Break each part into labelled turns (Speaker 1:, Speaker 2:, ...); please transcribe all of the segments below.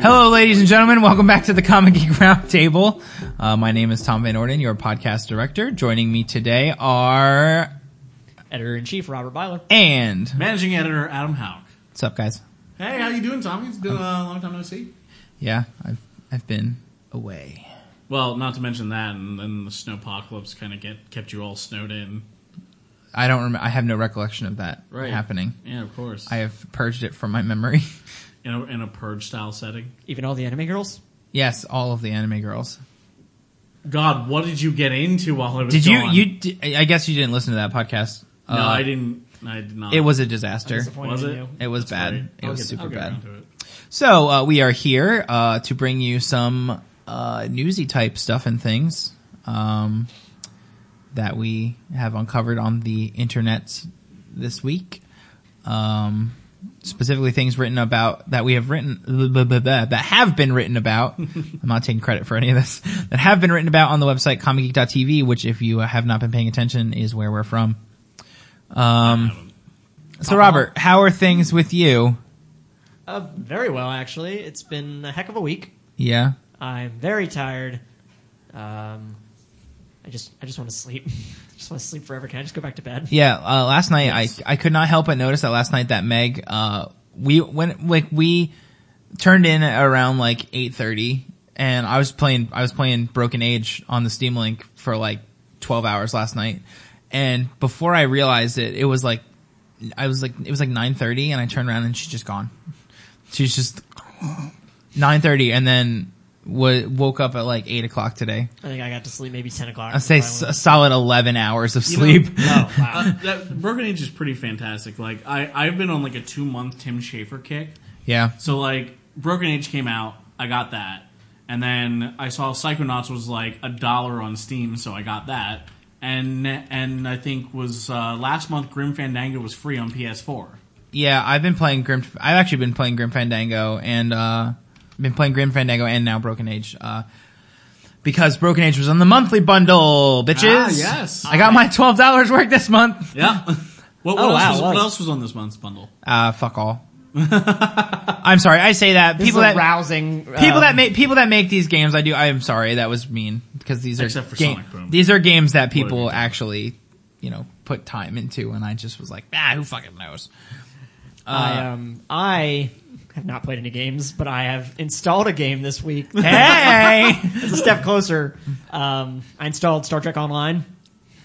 Speaker 1: Hello, ladies and gentlemen. Welcome back to the Comic Geek Roundtable. Uh, my name is Tom Van Orden, your podcast director. Joining me today are
Speaker 2: Editor in chief Robert Byler.
Speaker 1: and
Speaker 3: Managing editor Adam Hauk.
Speaker 1: what's up, guys?
Speaker 3: Hey, how you doing, Tommy? It's been a long time no see.
Speaker 1: Yeah, I've I've been away.
Speaker 3: Well, not to mention that, and then the snowpocalypse kind of get kept you all snowed in.
Speaker 1: I don't remember. I have no recollection of that
Speaker 3: Right.
Speaker 1: happening.
Speaker 3: Yeah, of course.
Speaker 1: I have purged it from my memory.
Speaker 3: in a, in a purge style setting.
Speaker 2: Even all the anime girls.
Speaker 1: yes, all of the anime girls.
Speaker 3: God, what did you get into while I was
Speaker 1: Did you?
Speaker 3: gone?
Speaker 1: You? di- I guess you didn't listen to that podcast.
Speaker 3: No,
Speaker 1: Uh,
Speaker 3: I didn't. I did not.
Speaker 1: It was a disaster.
Speaker 2: Disappointed
Speaker 3: Was
Speaker 2: in
Speaker 3: it?
Speaker 2: you.
Speaker 1: It was bad.
Speaker 3: Sorry.
Speaker 1: It
Speaker 3: I'll
Speaker 1: was
Speaker 3: get-
Speaker 1: super
Speaker 3: I'll get
Speaker 1: bad.
Speaker 3: around to it.
Speaker 1: So uh, we are here uh, to bring you some uh, newsy type stuff and things um, that we have uncovered on the internet this week. Um, specifically, things written about that we have written that have been written about. I'm not taking credit for any of this that have been written about on the website comicgeek.tv, which, if you have not been paying attention, is where we're from. Um, so, Robert, how are things with you?
Speaker 2: Uh, very well, actually. It's been a heck of a week.
Speaker 1: Yeah.
Speaker 2: I'm very tired. Um, I just I just want to sleep. I just want to sleep forever. Can I just go back to bed?
Speaker 1: Yeah, uh, last night I I could not help but notice that last night that Meg uh we when like we turned in around like eight thirty and I was playing I was playing Broken Age on the Steam Link for like twelve hours last night and before I realized it it was like I was like it was like nine thirty and I turned around and she's just gone she's just nine thirty and then w- woke up at like eight o'clock today
Speaker 2: I think I got to sleep maybe ten o'clock.
Speaker 1: I say s- a solid eleven hours of
Speaker 3: You know,
Speaker 1: sleep
Speaker 2: oh wow.
Speaker 3: uh, that, Broken Age is pretty fantastic. Like I, I've been on like a two month Tim Schafer kick.
Speaker 1: yeah
Speaker 3: So like Broken Age came out, I got that, and then I saw Psychonauts was like a dollar on Steam, so I got that, and and I think was uh, last month Grim Fandango was free on PS4.
Speaker 1: Yeah, I've been playing Grim. I've actually been playing Grim Fandango and uh, been playing Grim Fandango and now Broken Age. Uh, because Broken Age was on the monthly bundle, bitches.
Speaker 3: Ah, yes.
Speaker 1: I got my twelve dollars worth this month.
Speaker 3: Yeah. What, what,
Speaker 2: Oh,
Speaker 3: else
Speaker 2: wow,
Speaker 3: was,
Speaker 2: wow.
Speaker 3: what else was on this month's bundle?
Speaker 1: Uh, fuck all. I'm sorry. I say that
Speaker 2: This
Speaker 1: people
Speaker 2: is a
Speaker 1: that
Speaker 2: rousing
Speaker 1: people
Speaker 3: um,
Speaker 1: that make people that make these games. I do. I am sorry. That was mean because these are
Speaker 3: Except for
Speaker 1: game-
Speaker 3: Sonic Boom.
Speaker 1: these are games that people
Speaker 3: Whatever.
Speaker 1: actually you know put time into, and I just was like, ah, who fucking knows.
Speaker 2: I, um, I have not played any games, but I have installed a game this week.
Speaker 1: Hey.
Speaker 2: It's a step closer. Um, I installed Star Trek Online.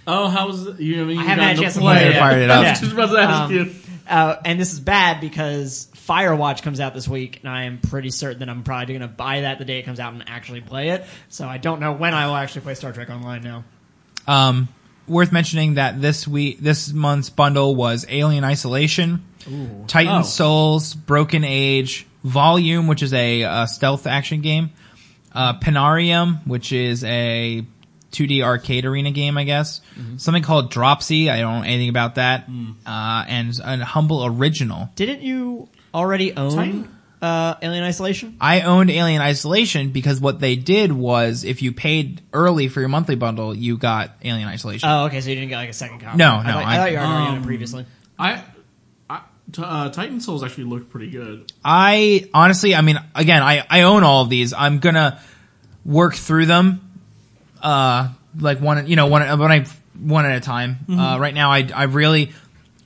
Speaker 3: Oh, how was it? you? I, mean,
Speaker 2: I
Speaker 3: you
Speaker 2: haven't
Speaker 3: got
Speaker 2: had a
Speaker 3: to
Speaker 2: chance to
Speaker 3: play
Speaker 2: play it
Speaker 1: yet. Fired it up.
Speaker 3: I was just about to ask
Speaker 2: Um,
Speaker 3: you.
Speaker 2: Uh, and this is bad because Firewatch comes out this week, and I am pretty certain that I'm probably going to buy that the day it comes out and actually play it. So I don't know when I will actually play Star Trek Online now.
Speaker 1: Um, worth mentioning that this week, this month's bundle was Alien Isolation, Titan
Speaker 3: Oh.
Speaker 1: Souls, Broken Age, Volume, which is a, uh stealth action game, uh, Panarium, which is a 2D arcade arena game, I guess. Something called Dropsy. I don't know anything about that. Uh, and an humble original.
Speaker 2: Didn't you already own
Speaker 3: Titan?
Speaker 2: uh, Alien Isolation?
Speaker 1: I owned Alien Isolation because what they did was if you paid early for your monthly bundle, you got Alien Isolation.
Speaker 2: Oh, okay. So you didn't get like a second copy.
Speaker 1: No,
Speaker 2: I
Speaker 1: no,
Speaker 2: thought, I,
Speaker 1: I-
Speaker 2: thought you already owned
Speaker 3: Um,
Speaker 2: it previously.
Speaker 3: I, I t- uh, Titan Souls actually looked pretty good.
Speaker 1: I honestly, I mean, again, I, I own all of these. I'm gonna work through them, uh, like one, you know, one, when I, one at a time.
Speaker 3: Mm-hmm.
Speaker 1: Uh, right now, I, I really,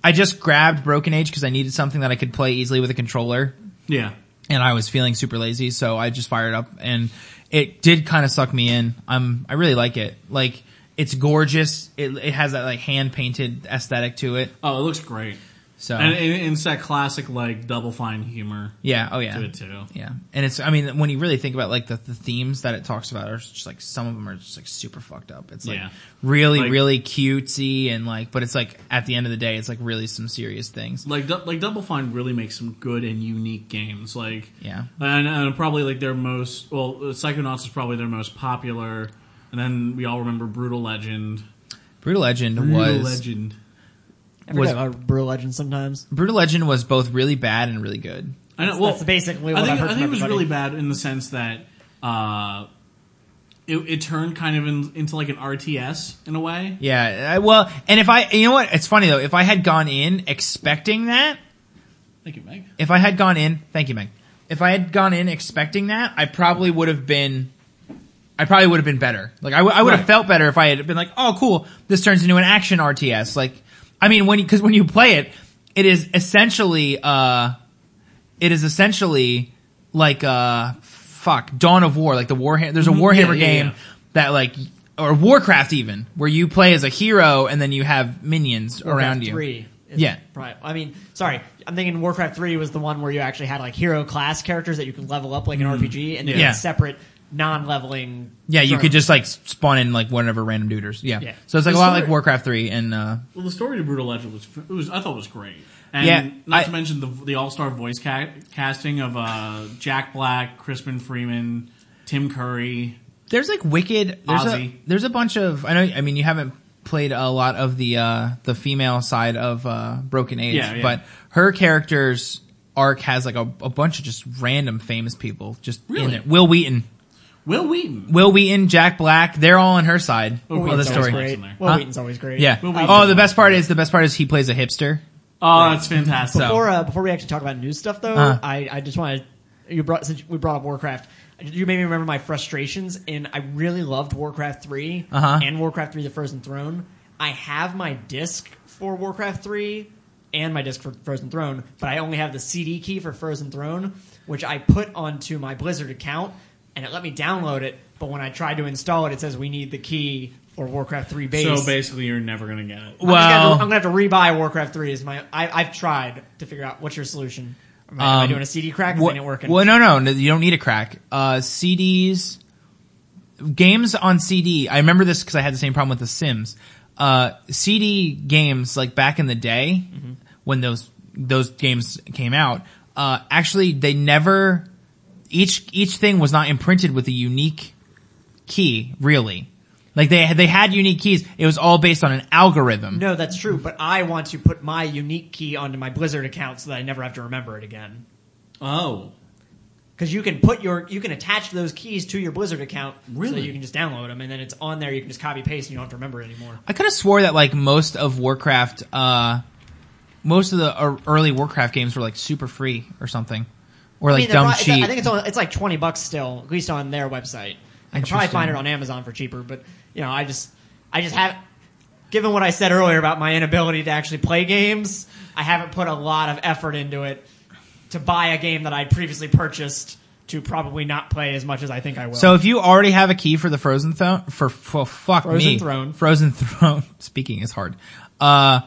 Speaker 1: I just grabbed Broken Age because I needed something that I could play easily with a controller
Speaker 3: Yeah.
Speaker 1: and I was feeling super lazy, so I just fired up and it did kind of suck me in. I'm I really like it. Like it's gorgeous. It, it has that like hand painted aesthetic to it.
Speaker 3: Oh, it looks great.
Speaker 1: So
Speaker 3: And, and it's that classic like double fine humor
Speaker 1: yeah, oh yeah.
Speaker 3: to it too.
Speaker 1: Yeah, and it's I mean when you really think about like the, the themes that it talks about are just like some of them are just like super fucked up. It's like
Speaker 3: Yeah.
Speaker 1: really
Speaker 3: Like-
Speaker 1: really cutesy and like, but it's like at the end of the day, it's like really some serious things.
Speaker 3: Like, du- like Double Fine really makes some good and unique games. Like,
Speaker 1: Yeah.
Speaker 3: and, and probably like their most well, uh, Psychonauts is probably their most popular. And then we all remember Brutal Legend.
Speaker 1: Brutal Legend
Speaker 3: Brutal
Speaker 1: was
Speaker 3: Legend.
Speaker 2: I forget
Speaker 1: was-
Speaker 2: about Brew Legend sometimes.
Speaker 1: Brutal Legend was both really bad and really good.
Speaker 3: I know.
Speaker 2: That's-
Speaker 3: well,
Speaker 2: that's basically
Speaker 3: I
Speaker 2: what
Speaker 3: think,
Speaker 2: I've heard
Speaker 3: I
Speaker 2: from
Speaker 3: think it was
Speaker 2: everybody.
Speaker 3: really bad in the sense that uh, it, it turned kind of in, into like an RTS in a way.
Speaker 1: Yeah, I, well, and if I you know what, it's funny though. If I had gone in expecting that,
Speaker 3: Thank you, Meg.
Speaker 1: if I had gone in, thank you, Meg. if I had gone in expecting that, I probably would have been. I probably would have been better. Like I, w- I would have
Speaker 3: Right.
Speaker 1: felt better if I had been like, oh, cool, this turns into an action RTS. Like, I mean, when because when you play it, it is essentially, uh, it is essentially like uh, fuck, Dawn of War. Like the Warhammer, there's a Warhammer
Speaker 3: Mm-hmm. yeah,
Speaker 1: game
Speaker 3: yeah.
Speaker 1: that like, or Warcraft even, where you play as a hero and then you have minions around you.
Speaker 2: Three. is
Speaker 1: Yeah.
Speaker 2: Right. I mean, sorry. I'm thinking Warcraft Three was the one where you actually had like hero class characters that you could level up like an RPG, and then
Speaker 1: Mm. Yeah.
Speaker 2: had separate non-leveling.
Speaker 1: Yeah, you
Speaker 2: terms.
Speaker 1: could just like spawn in like whatever random duders. Yeah.
Speaker 2: Yeah.
Speaker 1: So it's like
Speaker 3: The
Speaker 1: a lot
Speaker 3: story-
Speaker 1: like Warcraft 3 and uh
Speaker 3: Well, the story to Brutal Legend was, it was I thought it was great. And
Speaker 1: Yeah,
Speaker 3: not to
Speaker 1: I-
Speaker 3: mention the the all star voice ca- casting of uh, Jack Black, Crispin Freeman, Tim Curry.
Speaker 1: there's like wicked there's
Speaker 3: Ozzy.
Speaker 1: a there's a bunch of I know I mean you haven't played a lot of the uh the female side of uh Broken Age,
Speaker 3: Yeah, yeah.
Speaker 1: but her character's arc has like a, a bunch of just random famous people just in
Speaker 3: Really?
Speaker 1: it. Will Wheaton.
Speaker 3: Will Wheaton.
Speaker 1: Will Wheaton, Jack Black, they're all on her side
Speaker 3: Will
Speaker 1: of the
Speaker 3: Wheaton's always
Speaker 1: story.
Speaker 3: great.
Speaker 2: Great.
Speaker 3: Huh?
Speaker 2: Well, Wheaton's always great.
Speaker 1: Yeah.
Speaker 3: Will Wheaton.
Speaker 1: Oh, the best part is the best part is he plays a hipster.
Speaker 3: Oh, that's fantastic.
Speaker 1: So-
Speaker 2: Before uh, before we actually talk about new stuff though,
Speaker 1: Uh.
Speaker 2: I, I just want to you brought since we brought up Warcraft, you made me remember my frustrations, and I really loved Warcraft 3
Speaker 1: Uh-huh.
Speaker 2: and Warcraft Three: The Frozen Throne. I have my disc for Warcraft Three and my disc for Frozen Throne, but I only have the CD key for Frozen Throne, which I put onto my Blizzard account, and it let me download it. But when I tried to install it, it says we need the key for Warcraft Three base.
Speaker 3: So basically, you're never gonna get it.
Speaker 2: I'm, just gonna,
Speaker 1: Well-
Speaker 2: I'm gonna have to rebuy Warcraft Three. Is my I, I've tried to figure out what's your solution. Am I, am I
Speaker 1: Um,
Speaker 2: doing a CD crack? Is
Speaker 1: Wha-
Speaker 2: it ain't working?
Speaker 1: Well, no, no, no, you don't need a crack. Uh, CDs, games on CD. I remember this because I had the same problem with The Sims. Uh, CD games, like back in the day,
Speaker 2: Mm-hmm.
Speaker 1: when those those games came out, uh, actually they never each each thing was not imprinted with a unique key, really. Like they they had unique keys. It was all based on an algorithm.
Speaker 2: No, that's true. But I want to put my unique key onto my Blizzard account so that I never have to remember it again.
Speaker 3: Oh,
Speaker 2: Because you can put your you can attach those keys to your Blizzard account, so
Speaker 3: Really?
Speaker 2: you can just download them, and then it's on there. You can just copy paste, and you don't have to remember it anymore.
Speaker 1: I could have swore that like most of Warcraft, uh, most of the ear- early Warcraft games were like super free or something, or like
Speaker 2: I mean,
Speaker 1: dumb
Speaker 2: they're pro- it's-
Speaker 1: cheap.
Speaker 2: I think it's on, it's like twenty bucks still, at least on their website. I can probably
Speaker 1: Interesting.
Speaker 2: find it on Amazon for cheaper, but you know, I just I just have given what I said earlier about my inability to actually play games, I haven't put a lot of effort into it to buy a game that I previously purchased to probably not play as much as I think I will.
Speaker 1: so if you already have a key for the Frozen Throne, for, for fuck
Speaker 2: Frozen
Speaker 1: me,
Speaker 2: Throne.
Speaker 1: Frozen Throne. Speaking is hard. Uh,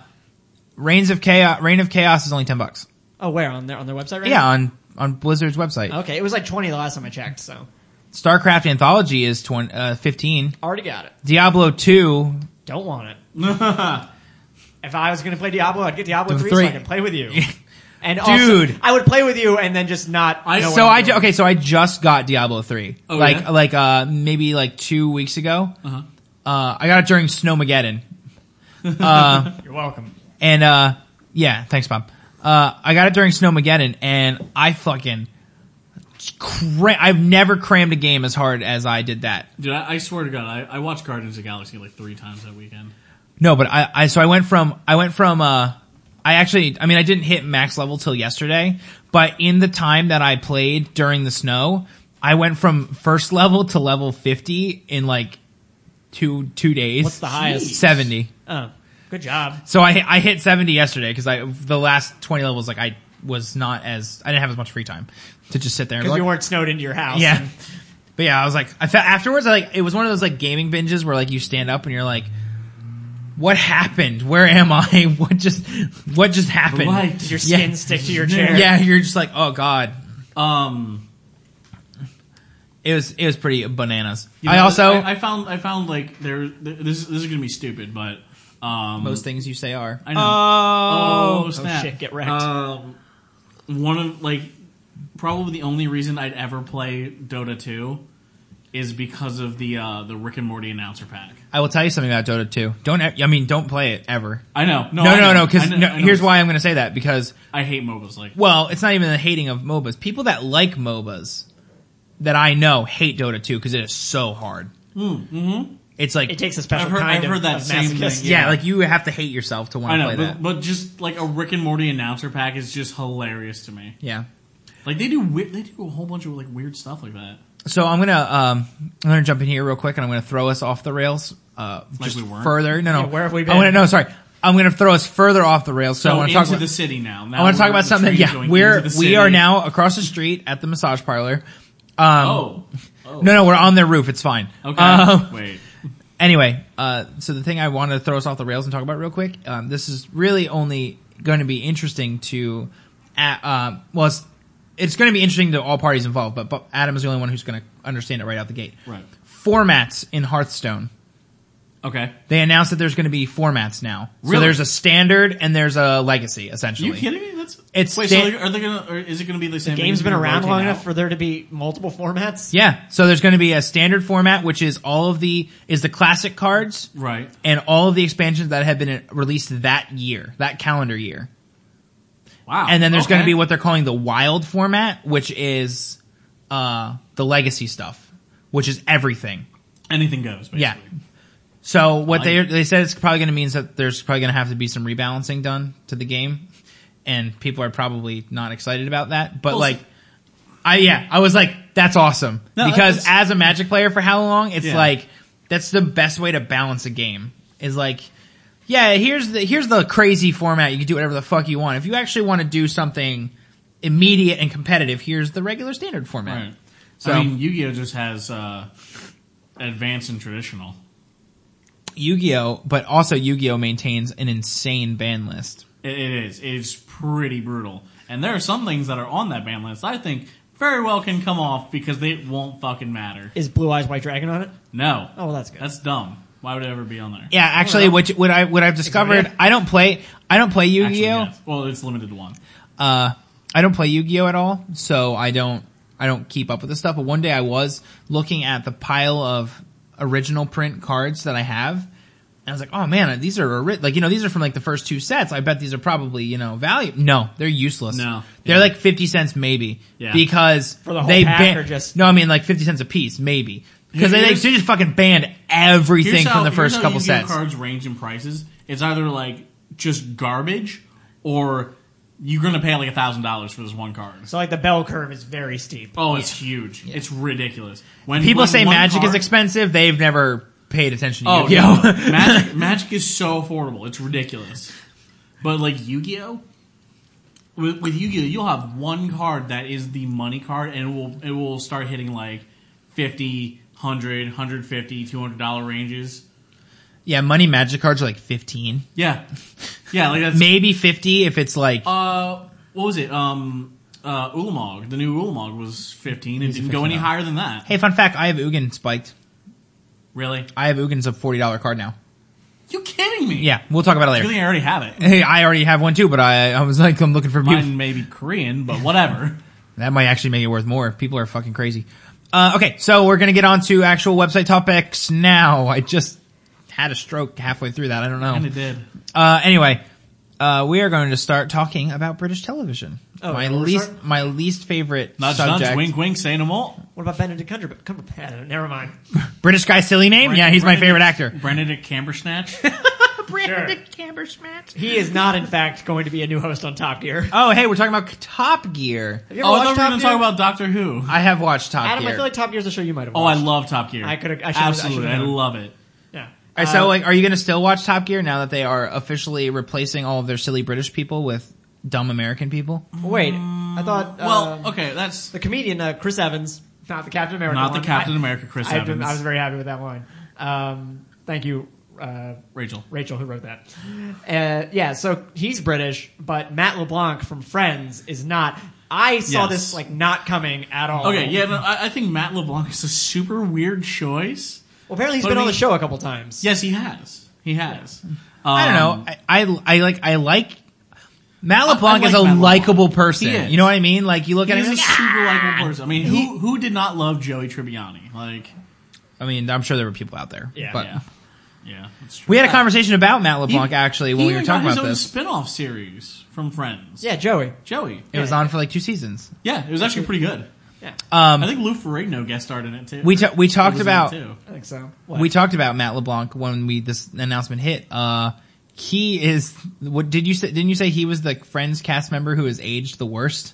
Speaker 1: Reigns of Chaos, Reign of Chaos is only ten bucks.
Speaker 2: oh, where on their on their website right
Speaker 1: Yeah, on on Blizzard's website.
Speaker 2: now? Okay, it was like twenty the last time I checked, so
Speaker 1: StarCraft Anthology is 20, uh, fifteen.
Speaker 2: already got it.
Speaker 1: Diablo two.
Speaker 2: Don't want it. if I was going to play Diablo, I'd get Diablo
Speaker 1: The
Speaker 2: three, so
Speaker 1: three.
Speaker 2: I can play with you. And
Speaker 1: Dude.
Speaker 2: also, I would play with you and then just not.
Speaker 3: I-
Speaker 2: know what
Speaker 1: so
Speaker 2: I'm
Speaker 1: I ju-
Speaker 2: doing.
Speaker 1: okay. So I just got Diablo three.
Speaker 3: Oh,
Speaker 1: like
Speaker 3: yeah?
Speaker 1: like uh maybe like two weeks ago.
Speaker 3: uh-huh.
Speaker 1: Uh, I got it during Snowmageddon,
Speaker 2: You're welcome.
Speaker 1: and uh, yeah, thanks, Bob. Uh, I got it during Snowmageddon, and I fucking cram- I've never crammed a game as hard as I did that.
Speaker 3: dude, I, I swear to God, I, I watched Guardians of the Galaxy like three times that weekend.
Speaker 1: No, but I, I so I went from I went from uh I actually I mean I didn't hit max level till yesterday, but in the time that I played during the snow, I went from first level to level 50 in like two two days.
Speaker 2: What's the highest?
Speaker 1: 70.
Speaker 2: Oh, good job.
Speaker 1: So I I hit 70 yesterday cuz I the last 20 levels like I was not as I didn't have as much free time to just sit there and be
Speaker 2: Because
Speaker 1: like,
Speaker 2: we weren't snowed into your house.
Speaker 1: yeah. But yeah, I was like, I felt afterwards, I like, it was one of those like gaming binges where like you stand up and you're like, what happened? Where am I? What just, what just happened?
Speaker 3: Light.
Speaker 2: Did your skin
Speaker 1: Yeah.
Speaker 2: stick to your chair?
Speaker 1: Yeah, you're just like, oh god.
Speaker 3: Um,
Speaker 1: It was, it was pretty bananas.
Speaker 3: you
Speaker 1: I
Speaker 3: know,
Speaker 1: also,
Speaker 3: I, I found I found like there. th- This this is gonna be stupid, but um,
Speaker 1: most things you say are.
Speaker 3: I know.
Speaker 2: Oh,
Speaker 3: Oh, snap.
Speaker 2: shit, get wrecked.
Speaker 3: Um, one of like probably the only reason I'd ever play Dota two is because of the uh, the Rick and Morty announcer pack.
Speaker 1: I will tell you something about Dota 2. Don't, e- I mean, don't play it ever.
Speaker 3: I know. No,
Speaker 1: No,
Speaker 3: Oh, I
Speaker 1: no,
Speaker 3: know.
Speaker 1: no, because
Speaker 3: I know- I know.
Speaker 1: here's why I'm going to say that because
Speaker 3: I hate MOBAs. Like
Speaker 1: Well, it's not even the hating of MOBAs. People that like MOBAs that I know hate Dota 2 because it is so hard. Mm,
Speaker 3: Hmm,
Speaker 1: mm-hmm. It's like,
Speaker 2: It takes a special
Speaker 3: I've heard-
Speaker 2: kind
Speaker 3: I've
Speaker 2: of,
Speaker 3: heard that
Speaker 2: of
Speaker 3: same thing,
Speaker 2: masochist.
Speaker 1: yeah, like you have to hate yourself to
Speaker 3: I
Speaker 1: want to
Speaker 3: know,
Speaker 1: play
Speaker 3: but,
Speaker 1: that.
Speaker 3: but just like a Rick and Morty announcer pack is just hilarious to me.
Speaker 1: Yeah.
Speaker 3: Like they do, we- they do a whole bunch of like weird stuff like that.
Speaker 1: So I'm gonna um, I'm gonna jump in here real quick, and I'm gonna throw us off the rails. Uh,
Speaker 3: Like
Speaker 1: just
Speaker 3: we weren't?
Speaker 1: further. No, no.
Speaker 2: Yeah, where have we
Speaker 1: I'm gonna
Speaker 2: been?
Speaker 1: no. Sorry, I'm gonna throw us further off the rails. So,
Speaker 3: So
Speaker 1: I want to
Speaker 3: Oh, into
Speaker 1: talk about
Speaker 3: the city now. now
Speaker 1: I want
Speaker 3: we're-
Speaker 1: to talk about
Speaker 3: the
Speaker 1: something.
Speaker 3: train's
Speaker 1: Yeah,
Speaker 3: going
Speaker 1: we're
Speaker 3: into the
Speaker 1: we
Speaker 3: city.
Speaker 1: are now across the street at the massage parlor.
Speaker 3: Oh, oh.
Speaker 1: No, no, we're on their roof. It's fine.
Speaker 3: Okay.
Speaker 1: Um,
Speaker 3: Wait.
Speaker 1: anyway, uh, so the thing I wanted to throw us off the rails and talk about real quick. Um, this is really only going to be interesting to, uh, um well, it's, it's going to be interesting to all parties involved. But, but Adam is the only one who's going to understand it right out the gate.
Speaker 3: Right.
Speaker 1: Formats in Hearthstone.
Speaker 3: Okay.
Speaker 1: They announced that there's going to be formats now. So
Speaker 3: Really?
Speaker 1: there's a standard and there's a legacy.
Speaker 3: Are
Speaker 1: Essentially,
Speaker 3: you kidding me? That's
Speaker 1: It's
Speaker 3: wait.
Speaker 1: sta-
Speaker 3: so are they gonna? Or is it gonna be the same?
Speaker 2: Game's been around long enough
Speaker 3: for
Speaker 2: for there to be multiple formats.
Speaker 1: Yeah. So there's going to be a standard format, which is all of the is the classic cards
Speaker 3: right.
Speaker 1: and all of the expansions that have been released that year, that calendar year.
Speaker 3: Wow.
Speaker 1: And then there's
Speaker 3: Okay.
Speaker 1: going to be what they're calling the wild format, which is uh, the legacy stuff, which is everything.
Speaker 3: anything goes. Basically.
Speaker 1: Yeah. So what they
Speaker 3: Like-
Speaker 1: they said it's probably going to mean is that there's probably going to have to be some rebalancing done to the game, and people are probably not excited about that. But
Speaker 3: Well,
Speaker 1: like, I yeah, I was like, that's awesome
Speaker 3: No,
Speaker 1: because
Speaker 3: that's-
Speaker 1: as a Magic player for how long, it's
Speaker 3: Yeah.
Speaker 1: like that's the best way to balance a game is like. Yeah, here's the here's the crazy format. You can do whatever the fuck you want. If you actually want to do something immediate and competitive, here's the regular standard format.
Speaker 3: Right.
Speaker 1: So-
Speaker 3: I mean, Yu-Gi-Oh just has uh, advanced and traditional.
Speaker 1: Yu-Gi-Oh, but also Yu-Gi-Oh maintains an insane ban list.
Speaker 3: It, it is. It's pretty brutal. And there are some things that are on that ban list I think very well can come off because they it won't fucking matter.
Speaker 2: Is Blue Eyes White Dragon on it?
Speaker 3: No.
Speaker 2: Oh, well, that's good.
Speaker 3: That's dumb. Why would it ever be on there?
Speaker 1: Yeah, actually, what you- what I what I've discovered,
Speaker 2: Exodia?
Speaker 1: I don't play I don't play Yu-Gi-Oh.
Speaker 3: Actually, yes. Well, it's limited to one.
Speaker 1: Uh, I don't play Yu-Gi-Oh at all, so I don't I don't keep up with this stuff. But one day I was looking at the pile of original print cards that I have, and I was like, oh man, these are ori- like you know these are from like the first two sets. I bet these are probably you know value. No, they're useless.
Speaker 3: No.
Speaker 1: they're
Speaker 3: Yeah.
Speaker 1: like fifty cents maybe
Speaker 3: Yeah.
Speaker 1: because
Speaker 2: For the whole
Speaker 1: they
Speaker 2: pack
Speaker 1: ban-
Speaker 2: or just-
Speaker 1: no, I mean like fifty cents a piece maybe because they, like,
Speaker 3: Here's-
Speaker 1: they just fucking banned
Speaker 3: Here's
Speaker 1: everything
Speaker 3: how-
Speaker 1: from the
Speaker 3: here's
Speaker 1: first
Speaker 3: how
Speaker 1: couple
Speaker 3: Yu-Gi-Oh
Speaker 1: sets.
Speaker 3: cards range in prices. It's either like just garbage, or you're gonna pay like a thousand dollars for this one card.
Speaker 2: So like the bell curve is very steep.
Speaker 3: Oh, it's huge. It's ridiculous. When
Speaker 1: People
Speaker 3: when
Speaker 1: say
Speaker 3: one
Speaker 1: magic is
Speaker 3: card-
Speaker 1: expensive. They've never paid attention to
Speaker 3: Oh,
Speaker 1: Yu-Gi-Oh.
Speaker 3: yeah. magic, magic is so affordable. It's ridiculous. But like Yu-Gi-Oh, with, with Yu-Gi-Oh, you'll have one card that is the money card, and it will it will start hitting like 50, 100, 150, 200 dollar ranges.
Speaker 1: Yeah, money magic cards are like 15.
Speaker 3: Yeah, yeah, like that's
Speaker 1: Maybe 50 if it's like,
Speaker 3: uh, what was it? Um, uh, Ulamog, the new Ulamog was fifteen. It
Speaker 1: He's a
Speaker 3: didn't go any
Speaker 1: 15.
Speaker 3: higher than that.
Speaker 1: hey, fun fact, I have Ugin spiked.
Speaker 3: Really?
Speaker 1: I have Ugin's a $40 card now.
Speaker 3: You kidding me?
Speaker 1: Yeah, we'll talk about it
Speaker 3: You
Speaker 1: later.
Speaker 3: think I already have it?
Speaker 1: Hey, I already have one too, but I, I was like, I'm looking for people.
Speaker 3: Mine may be Korean, but whatever.
Speaker 1: That might actually make it worth more. People are fucking crazy. Uh, okay, so we're gonna get on to actual website topics now. I just had a stroke halfway through that. I don't
Speaker 3: and
Speaker 1: know.
Speaker 3: it did.
Speaker 1: Uh, anyway, uh, we are going to start talking about British television.
Speaker 2: Oh,
Speaker 1: my
Speaker 2: we're
Speaker 1: least,
Speaker 2: start-
Speaker 1: my least favorite
Speaker 3: Nudge,
Speaker 1: subject.
Speaker 3: nudge, wink, wink, say no more.
Speaker 2: What about Benedict Cumberbatch? Cumberbatch? Never mind.
Speaker 1: British guy, silly name. Yeah, he's my favorite actor.
Speaker 3: Benedict Cumberbatch.
Speaker 2: Brandon
Speaker 1: Cambersmatch.
Speaker 2: He is not, in fact, going to be a new host on Top Gear.
Speaker 1: Oh, hey, we're talking about Top Gear.
Speaker 2: Have you ever
Speaker 3: oh, I thought
Speaker 2: watched
Speaker 3: we were
Speaker 2: Top
Speaker 3: going to
Speaker 2: Gear?
Speaker 3: talk about Doctor Who.
Speaker 1: I have watched Top
Speaker 2: Adam,
Speaker 1: Gear.
Speaker 2: I feel like Top Gear is a show you might have.
Speaker 3: Oh, I
Speaker 2: Watched.
Speaker 3: love Top Gear.
Speaker 2: I coulda- I should've- I
Speaker 3: absolutely.
Speaker 2: should've
Speaker 3: I,
Speaker 2: known.
Speaker 3: love it.
Speaker 2: yeah.
Speaker 1: All right,
Speaker 2: uh,
Speaker 1: so, like, are you going to still watch Top Gear now that they are officially replacing all of their silly British people with dumb American people?
Speaker 2: Wait, I thought.
Speaker 3: well,
Speaker 2: uh,
Speaker 3: okay, that's
Speaker 2: the comedian uh, Chris Evans, not the Captain America.
Speaker 3: not the
Speaker 2: one.
Speaker 3: Captain
Speaker 2: I-
Speaker 3: America Chris
Speaker 2: I've
Speaker 3: Evans.
Speaker 2: been- I was very happy with that line. Um, thank you, uh,
Speaker 3: Rachel.
Speaker 2: Rachel, who wrote that. Uh, yeah, so he's British, but Matt LeBlanc from Friends is not. I saw
Speaker 3: Yes.
Speaker 2: this like not coming at all.
Speaker 3: Okay, yeah, no, I, I think Matt LeBlanc is a super weird choice.
Speaker 2: Well, apparently he's
Speaker 3: But
Speaker 2: been
Speaker 3: I
Speaker 2: on the
Speaker 3: mean-
Speaker 2: show a couple times.
Speaker 3: Yes, he has. He has.
Speaker 1: I don't
Speaker 3: Um,
Speaker 1: know. I, I, I like, I like, Matt
Speaker 3: I
Speaker 1: LeBlanc
Speaker 3: like
Speaker 1: is a
Speaker 3: Matt LeBlanc.
Speaker 1: likable person.
Speaker 3: He is.
Speaker 1: You know what I mean? Like, you look at him,
Speaker 3: He's a
Speaker 1: like, "Ah!"
Speaker 3: super likable person. I mean, who who did not love Joey Tribbiani? Like,
Speaker 1: I mean, I'm sure there were people out there.
Speaker 2: Yeah.
Speaker 1: but
Speaker 3: yeah, yeah, that's true.
Speaker 1: We had a conversation about Matt
Speaker 3: He-
Speaker 1: LeBlanc, actually, when
Speaker 3: he
Speaker 1: we were
Speaker 3: even
Speaker 1: talking
Speaker 3: got his
Speaker 1: about
Speaker 3: own
Speaker 1: this.
Speaker 3: spin-off series from Friends.
Speaker 2: Yeah, Joey.
Speaker 3: Joey.
Speaker 1: It was on for like two seasons.
Speaker 3: Yeah, it was actually pretty good.
Speaker 2: Yeah,
Speaker 1: Um,
Speaker 3: I think Lou Ferrigno guest starred in it too.
Speaker 1: we, ta- we
Speaker 3: He
Speaker 1: talked
Speaker 3: was in it,
Speaker 1: about,
Speaker 3: too.
Speaker 2: I think so.
Speaker 1: we talked about Matt LeBlanc when we this announcement hit. Uh, he is. What did you say? Didn't you say he was the Friends cast member who is aged the worst?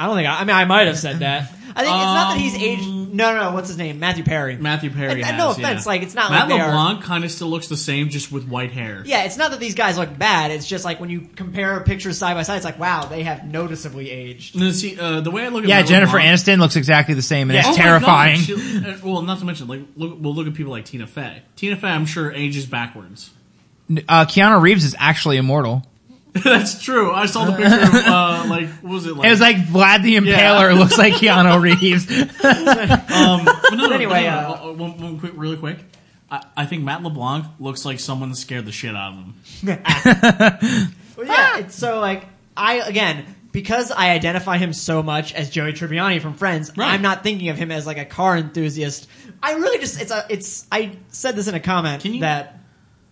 Speaker 2: I don't think I, I mean I might have said that. I think it's not that he's
Speaker 3: Um,
Speaker 2: aged. No, no, no. What's his name? Matthew Perry.
Speaker 3: Matthew Perry.
Speaker 2: And- and
Speaker 3: has,
Speaker 2: no
Speaker 3: yeah.
Speaker 2: offense, like, it's not
Speaker 3: Matt
Speaker 2: like they are-
Speaker 3: LeBlanc kind of still looks the same, just with white hair.
Speaker 2: yeah, it's not that these guys look bad. It's just like when you compare pictures side by side, it's like wow, they have noticeably aged.
Speaker 3: No, see, uh, the way I look at
Speaker 1: Yeah,
Speaker 3: Matt
Speaker 1: Jennifer
Speaker 3: LeBlanc,
Speaker 1: Aniston looks exactly the same, and it's
Speaker 2: Yeah. Oh
Speaker 3: my God,
Speaker 1: terrifying.
Speaker 3: she- uh, well, not to mention, like, look, we'll look at people like Tina Fey. Tina Fey, I'm sure, ages backwards.
Speaker 1: uh, Keanu Reeves is actually immortal.
Speaker 3: That's true. I saw the picture of, uh, like, what was it like?
Speaker 1: It was like Vlad the Impaler looks like Keanu Reeves.
Speaker 3: um, but no, no,
Speaker 2: anyway,
Speaker 3: no, no,
Speaker 2: uh,
Speaker 3: uh, one, one quick, really quick. I, I think Matt LeBlanc looks like someone scared the shit out of him.
Speaker 2: But yeah,
Speaker 3: Ah!
Speaker 2: it's so like I again because I identify him so much as Joey Tribbiani from Friends,
Speaker 3: Right.
Speaker 2: I'm not thinking of him as like a car enthusiast. I really just it's a it's I said this in a comment
Speaker 3: Can you-
Speaker 2: that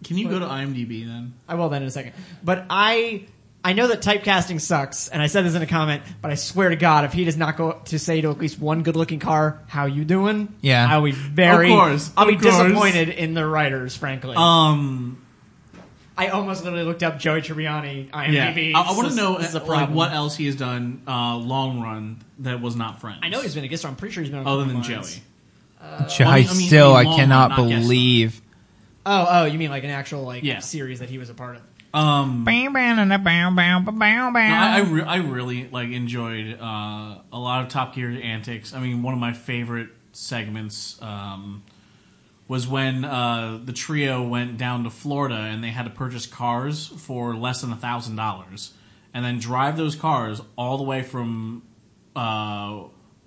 Speaker 3: Can you go to IMDb then?
Speaker 2: I will then in a second. But I I know that typecasting sucks, and I said this in a comment. But I swear to God, if he does not go to say to at least one good-looking car, "How you doing?"
Speaker 1: Yeah.
Speaker 2: I'll be very.
Speaker 3: Of course,
Speaker 2: I'll be
Speaker 3: of course.
Speaker 2: disappointed in the writers. Frankly,
Speaker 3: Um,
Speaker 2: I almost literally looked up Joey Tribbiani
Speaker 3: yeah.
Speaker 2: IMDb.
Speaker 3: I, want to
Speaker 2: This is-
Speaker 3: know
Speaker 2: this is a
Speaker 3: uh, like,
Speaker 2: problem.
Speaker 3: what else he has done uh, long run that was not Friends.
Speaker 2: I know he's been a guest star. I'm pretty sure he's been on
Speaker 3: other than
Speaker 2: Friends.
Speaker 1: I,
Speaker 3: Joey. I mean,
Speaker 1: still, I
Speaker 3: Longmont,
Speaker 1: cannot
Speaker 3: not Gaston.
Speaker 1: believe.
Speaker 2: Oh, oh, you mean like an actual like
Speaker 3: Yeah.
Speaker 2: series that he was a part of?
Speaker 3: Um, no,
Speaker 1: Bam, bam, da, bam, bam, ba, bam, bam.
Speaker 3: I I, re- I really like enjoyed uh, a lot of Top Gear antics. I mean, one of my favorite segments um, was when uh, the trio went down to Florida and they had to purchase cars for less than a thousand dollars, and then drive those cars all the way from uh,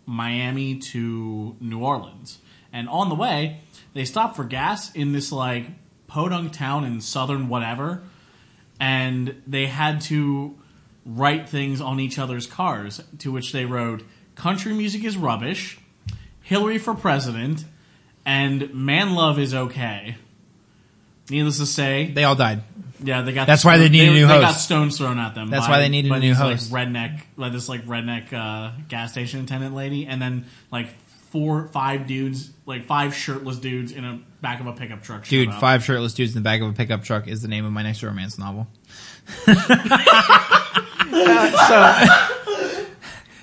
Speaker 3: Miami to New Orleans. And on the way, they stopped for gas in this like podunk town in southern whatever, and they had to write things on each other's cars, to which they wrote "Country music is rubbish," "Hillary for president," and "Man love is okay." Needless to say,
Speaker 1: they all died.
Speaker 3: yeah, they got.
Speaker 1: That's why they need a new
Speaker 3: they got
Speaker 1: host.
Speaker 3: stones thrown at them.
Speaker 1: That's
Speaker 3: by-
Speaker 1: why they needed
Speaker 3: by
Speaker 1: a new
Speaker 3: these,
Speaker 1: host.
Speaker 3: Like redneck, by this like redneck uh, gas station attendant lady, and then like four, five dudes, like five shirtless dudes in a back of a pickup truck. showed
Speaker 1: Dude,
Speaker 3: up.
Speaker 1: Five Shirtless Dudes in the Back of a Pickup Truck is the name of my next romance novel.
Speaker 2: So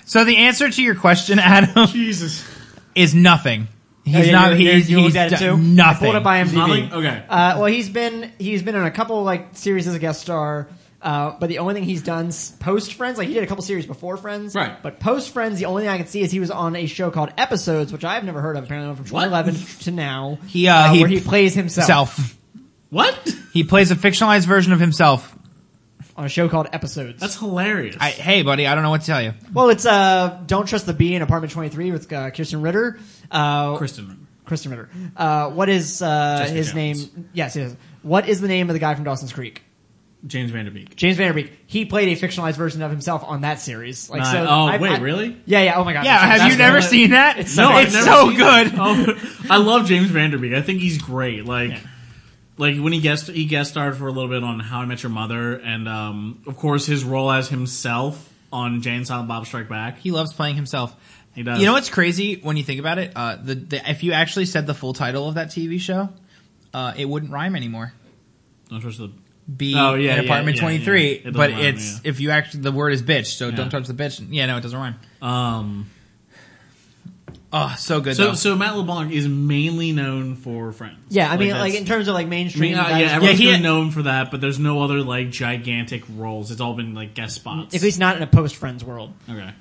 Speaker 1: So the answer to your question, Adam,
Speaker 3: Jesus.
Speaker 1: is nothing. He's
Speaker 2: Oh, yeah,
Speaker 1: not.
Speaker 2: you- you-
Speaker 1: he's
Speaker 2: you
Speaker 1: he's
Speaker 2: looked at it too?
Speaker 1: done
Speaker 2: I
Speaker 1: nothing.
Speaker 2: pulled up IMDb.
Speaker 3: Nothing? Okay.
Speaker 2: Uh, well, he's been he's been in a couple like series as a guest star. Uh, but the only thing he's done post Friends, like he did a couple series before Friends,
Speaker 3: Right.
Speaker 2: But post Friends, the only thing I can see is he was on a show called Episodes, which I've never heard of. Apparently, from
Speaker 3: What?
Speaker 2: 2011 to now,
Speaker 1: He, uh, he-
Speaker 2: where he plays himself
Speaker 1: Self.
Speaker 3: What?
Speaker 1: He plays a fictionalized version of himself.
Speaker 2: on a show called Episodes.
Speaker 3: That's hilarious.
Speaker 1: I, hey, buddy, I don't know what to tell you.
Speaker 2: well, it's uh, Don't Trust the Bee in Apartment 23 with uh, Kirsten Ritter. Uh,
Speaker 3: Kristen.
Speaker 2: Kristen Ritter. Uh, what is uh,
Speaker 3: Jessica
Speaker 2: his
Speaker 3: Jones.
Speaker 2: name? Yes, yes. What is the name of the guy from Dawson's Creek?
Speaker 3: James Vanderbeek.
Speaker 2: James Vanderbeek. He played a fictionalized version of himself on that series. Like,
Speaker 3: Nice.
Speaker 2: so
Speaker 3: Oh,
Speaker 2: I-
Speaker 3: wait,
Speaker 2: I-
Speaker 3: really?
Speaker 2: Yeah, yeah. Oh my god.
Speaker 1: Yeah,
Speaker 2: that's-
Speaker 1: have you
Speaker 2: that's
Speaker 1: never
Speaker 2: really-
Speaker 1: seen that?
Speaker 2: It's
Speaker 1: It's
Speaker 2: so-
Speaker 1: so,
Speaker 2: I've
Speaker 1: it's
Speaker 2: never
Speaker 1: so
Speaker 3: seen
Speaker 1: good.
Speaker 3: Oh, I love James Vanderbeek. I think he's great. Like, like when he guest he guest starred for a little bit on How I Met Your Mother, and um, of course his role as himself on Jane Silent Bob Strike Back.
Speaker 1: He loves playing himself.
Speaker 3: He does.
Speaker 1: You know what's crazy when you think about it? Uh, the, the if you actually said the full title of that TV show, uh, it wouldn't rhyme anymore.
Speaker 3: Don't trust the.
Speaker 1: Be
Speaker 3: Oh, yeah,
Speaker 1: in
Speaker 3: yeah,
Speaker 1: apartment
Speaker 3: yeah,
Speaker 1: twenty
Speaker 3: yeah.
Speaker 1: three,
Speaker 3: It doesn't
Speaker 1: but
Speaker 3: rhyme,
Speaker 1: it's
Speaker 3: yeah.
Speaker 1: if you actually the word is bitch, so
Speaker 3: Yeah.
Speaker 1: don't touch the bitch. Yeah, no, it doesn't rhyme.
Speaker 3: Um,
Speaker 1: Oh, so good.
Speaker 3: so
Speaker 1: though.
Speaker 3: so Matt LeBlanc is mainly known for Friends.
Speaker 2: Yeah, I mean,
Speaker 3: that's-
Speaker 2: like in terms of like
Speaker 3: I
Speaker 2: mainstream.
Speaker 3: mean, uh,
Speaker 2: guys-
Speaker 3: yeah, everyone's
Speaker 1: he-
Speaker 3: really known for that, but there's no other like gigantic roles. It's all been like guest spots.
Speaker 2: At least not in a post Friends world.
Speaker 3: okay.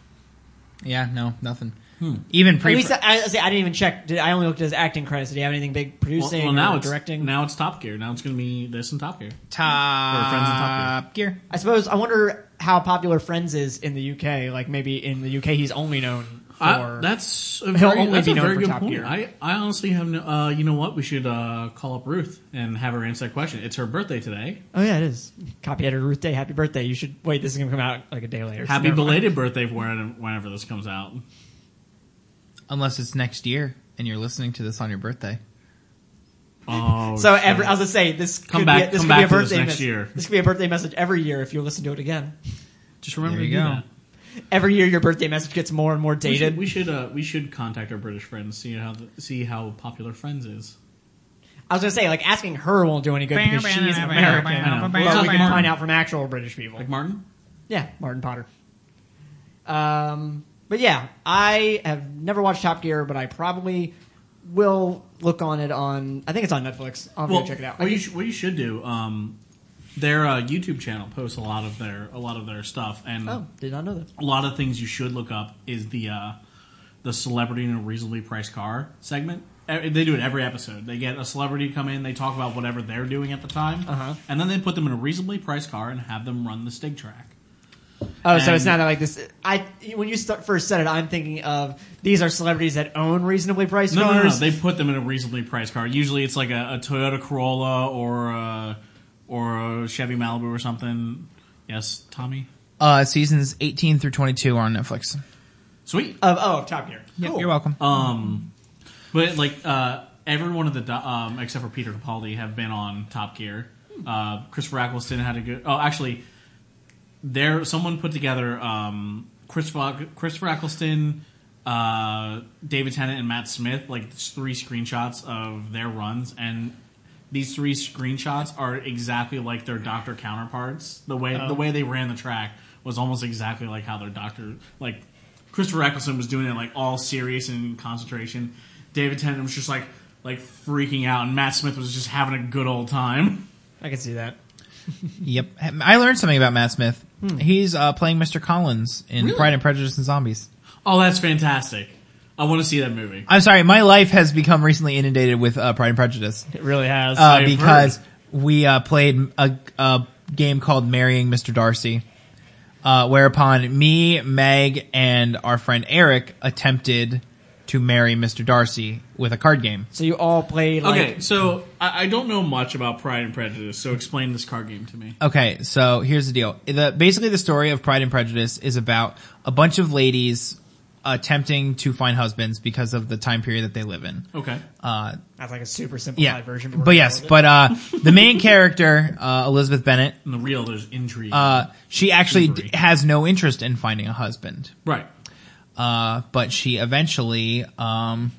Speaker 1: yeah, no, nothing.
Speaker 3: Hmm.
Speaker 1: Even
Speaker 2: At
Speaker 1: pre.
Speaker 2: least I, I, say, I didn't even check. Did, I only looked at his acting credits. Did he have anything big
Speaker 3: Well,
Speaker 2: producing
Speaker 3: well, now
Speaker 2: or
Speaker 3: it's
Speaker 2: directing?
Speaker 3: Now it's Top Gear. Now it's going to be this and Top Gear.
Speaker 1: Top,
Speaker 3: Or Friends and Top
Speaker 1: Gear.
Speaker 2: I suppose I wonder how popular Friends is in the UK. Like maybe in the UK, he's only known for.
Speaker 3: I, that's a
Speaker 2: He'll
Speaker 3: very,
Speaker 2: only
Speaker 3: that's
Speaker 2: be
Speaker 3: a
Speaker 2: known
Speaker 3: very
Speaker 2: for
Speaker 3: good
Speaker 2: Top
Speaker 3: point.
Speaker 2: Gear.
Speaker 3: I, I honestly have no. Uh, you know what? We should uh, call up Ruth and have her answer that question. It's her birthday today.
Speaker 2: oh yeah, it is. Copy editor Ruth Day. Happy birthday! You should wait. This is gonna come out like a day later. so
Speaker 3: Happy
Speaker 2: never mind.
Speaker 3: belated birthday for when- whenever this comes out.
Speaker 1: Unless it's next year and you're listening to this on your birthday.
Speaker 3: Oh,
Speaker 2: So
Speaker 3: shit.
Speaker 2: every, I was gonna say this
Speaker 3: Come
Speaker 2: could be
Speaker 3: back-
Speaker 2: a, this
Speaker 3: come
Speaker 2: could be
Speaker 3: back
Speaker 2: a
Speaker 3: to this
Speaker 2: birthday
Speaker 3: next
Speaker 2: mes-
Speaker 3: year.
Speaker 2: This could be a birthday message every year if you listen to it again.
Speaker 3: just remember
Speaker 1: There
Speaker 3: to
Speaker 1: you
Speaker 3: do
Speaker 1: go.
Speaker 3: that.
Speaker 2: Every year your birthday message gets more and more
Speaker 3: We should
Speaker 2: dated.
Speaker 3: we should, uh, we should contact our British friends see how the, see how popular Friends is.
Speaker 2: I was gonna say like asking her won't do any good because she's an American.
Speaker 3: bam,
Speaker 2: But we
Speaker 3: bam,
Speaker 2: can
Speaker 3: bam.
Speaker 2: find out from actual British people.
Speaker 3: Like Martin.
Speaker 2: Yeah, Martin Potter. Um, but yeah, I have never watched Top Gear, but I probably will look on it on. I think it's on Netflix. I'll have to go check it out.
Speaker 3: What you, sh- what you should do, um, their uh, YouTube channel posts a lot of their a lot of their stuff, and
Speaker 2: oh, did not know that.
Speaker 3: a lot of things you should look up is the uh, the celebrity in a reasonably priced car segment. Eh, They do it every episode. They get a celebrity to come in, they talk about whatever they're doing at the time,
Speaker 2: Uh-huh.
Speaker 3: and then they put them in a reasonably priced car and have them run the Stig track.
Speaker 2: Oh, so it's
Speaker 3: And-
Speaker 2: not like this. I when you start, first said it, I'm thinking of these are celebrities that own reasonably priced
Speaker 3: No, no, no,
Speaker 2: cars.
Speaker 3: They put them in a reasonably priced car. Usually, it's like a, a Toyota Corolla or a, or a Chevy Malibu or something. Yes, Tommy.
Speaker 1: Uh, seasons 18 through 22 are on Netflix.
Speaker 3: Sweet.
Speaker 2: of oh, of Top Gear.
Speaker 1: Yep,
Speaker 2: Cool.
Speaker 1: You're welcome.
Speaker 3: Um, but like uh, every one of the do- um, except for Peter Capaldi have been on Top Gear. Uh, Christopher Eccleston had a good. Oh, actually, there someone put together um, Christopher Christopher Eccleston, uh, David Tennant, and Matt Smith like s- three screenshots of their runs, and these three screenshots are exactly like their doctor counterparts. The way the way they ran the track was almost exactly like how their doctor like Christopher Eccleston was doing it like all serious and in concentration. David Tennant was just like like freaking out, and Matt Smith was just having a good old time.
Speaker 2: I can see that.
Speaker 1: yep. I learned something about Matt Smith.
Speaker 3: Hmm.
Speaker 1: He's uh, playing Mr. Collins in Pride and Prejudice and Zombies.
Speaker 3: Oh, that's fantastic! I want to see that movie.
Speaker 1: I'm sorry, my life has become recently inundated with uh, Pride and Prejudice
Speaker 2: It really has.
Speaker 1: uh,
Speaker 3: I've
Speaker 1: because we uh, played a, a game called Marrying Mr. Darcy, uh, whereupon me, Meg, and our friend Eric attempted to marry Mr. Darcy with a card game.
Speaker 2: so you all played. Like,
Speaker 3: okay, so I, I don't know much about Pride and Prejudice, so explain this card game to me.
Speaker 1: Okay, so here's the deal. The basically the story of Pride and Prejudice is about a bunch of ladies attempting to find husbands because of the time period that they live in.
Speaker 3: Okay.
Speaker 1: Uh,
Speaker 2: That's like a super simplified
Speaker 1: yeah,
Speaker 2: version. we're
Speaker 1: but
Speaker 2: gonna
Speaker 1: yes,
Speaker 2: roll
Speaker 1: but uh, the main character uh, Elizabeth Bennet,
Speaker 3: In the real, there's intrigue.
Speaker 1: uh, she actually d-
Speaker 3: Thievery.
Speaker 1: has no interest in finding a husband,
Speaker 3: right.
Speaker 1: uh, but she eventually. Um,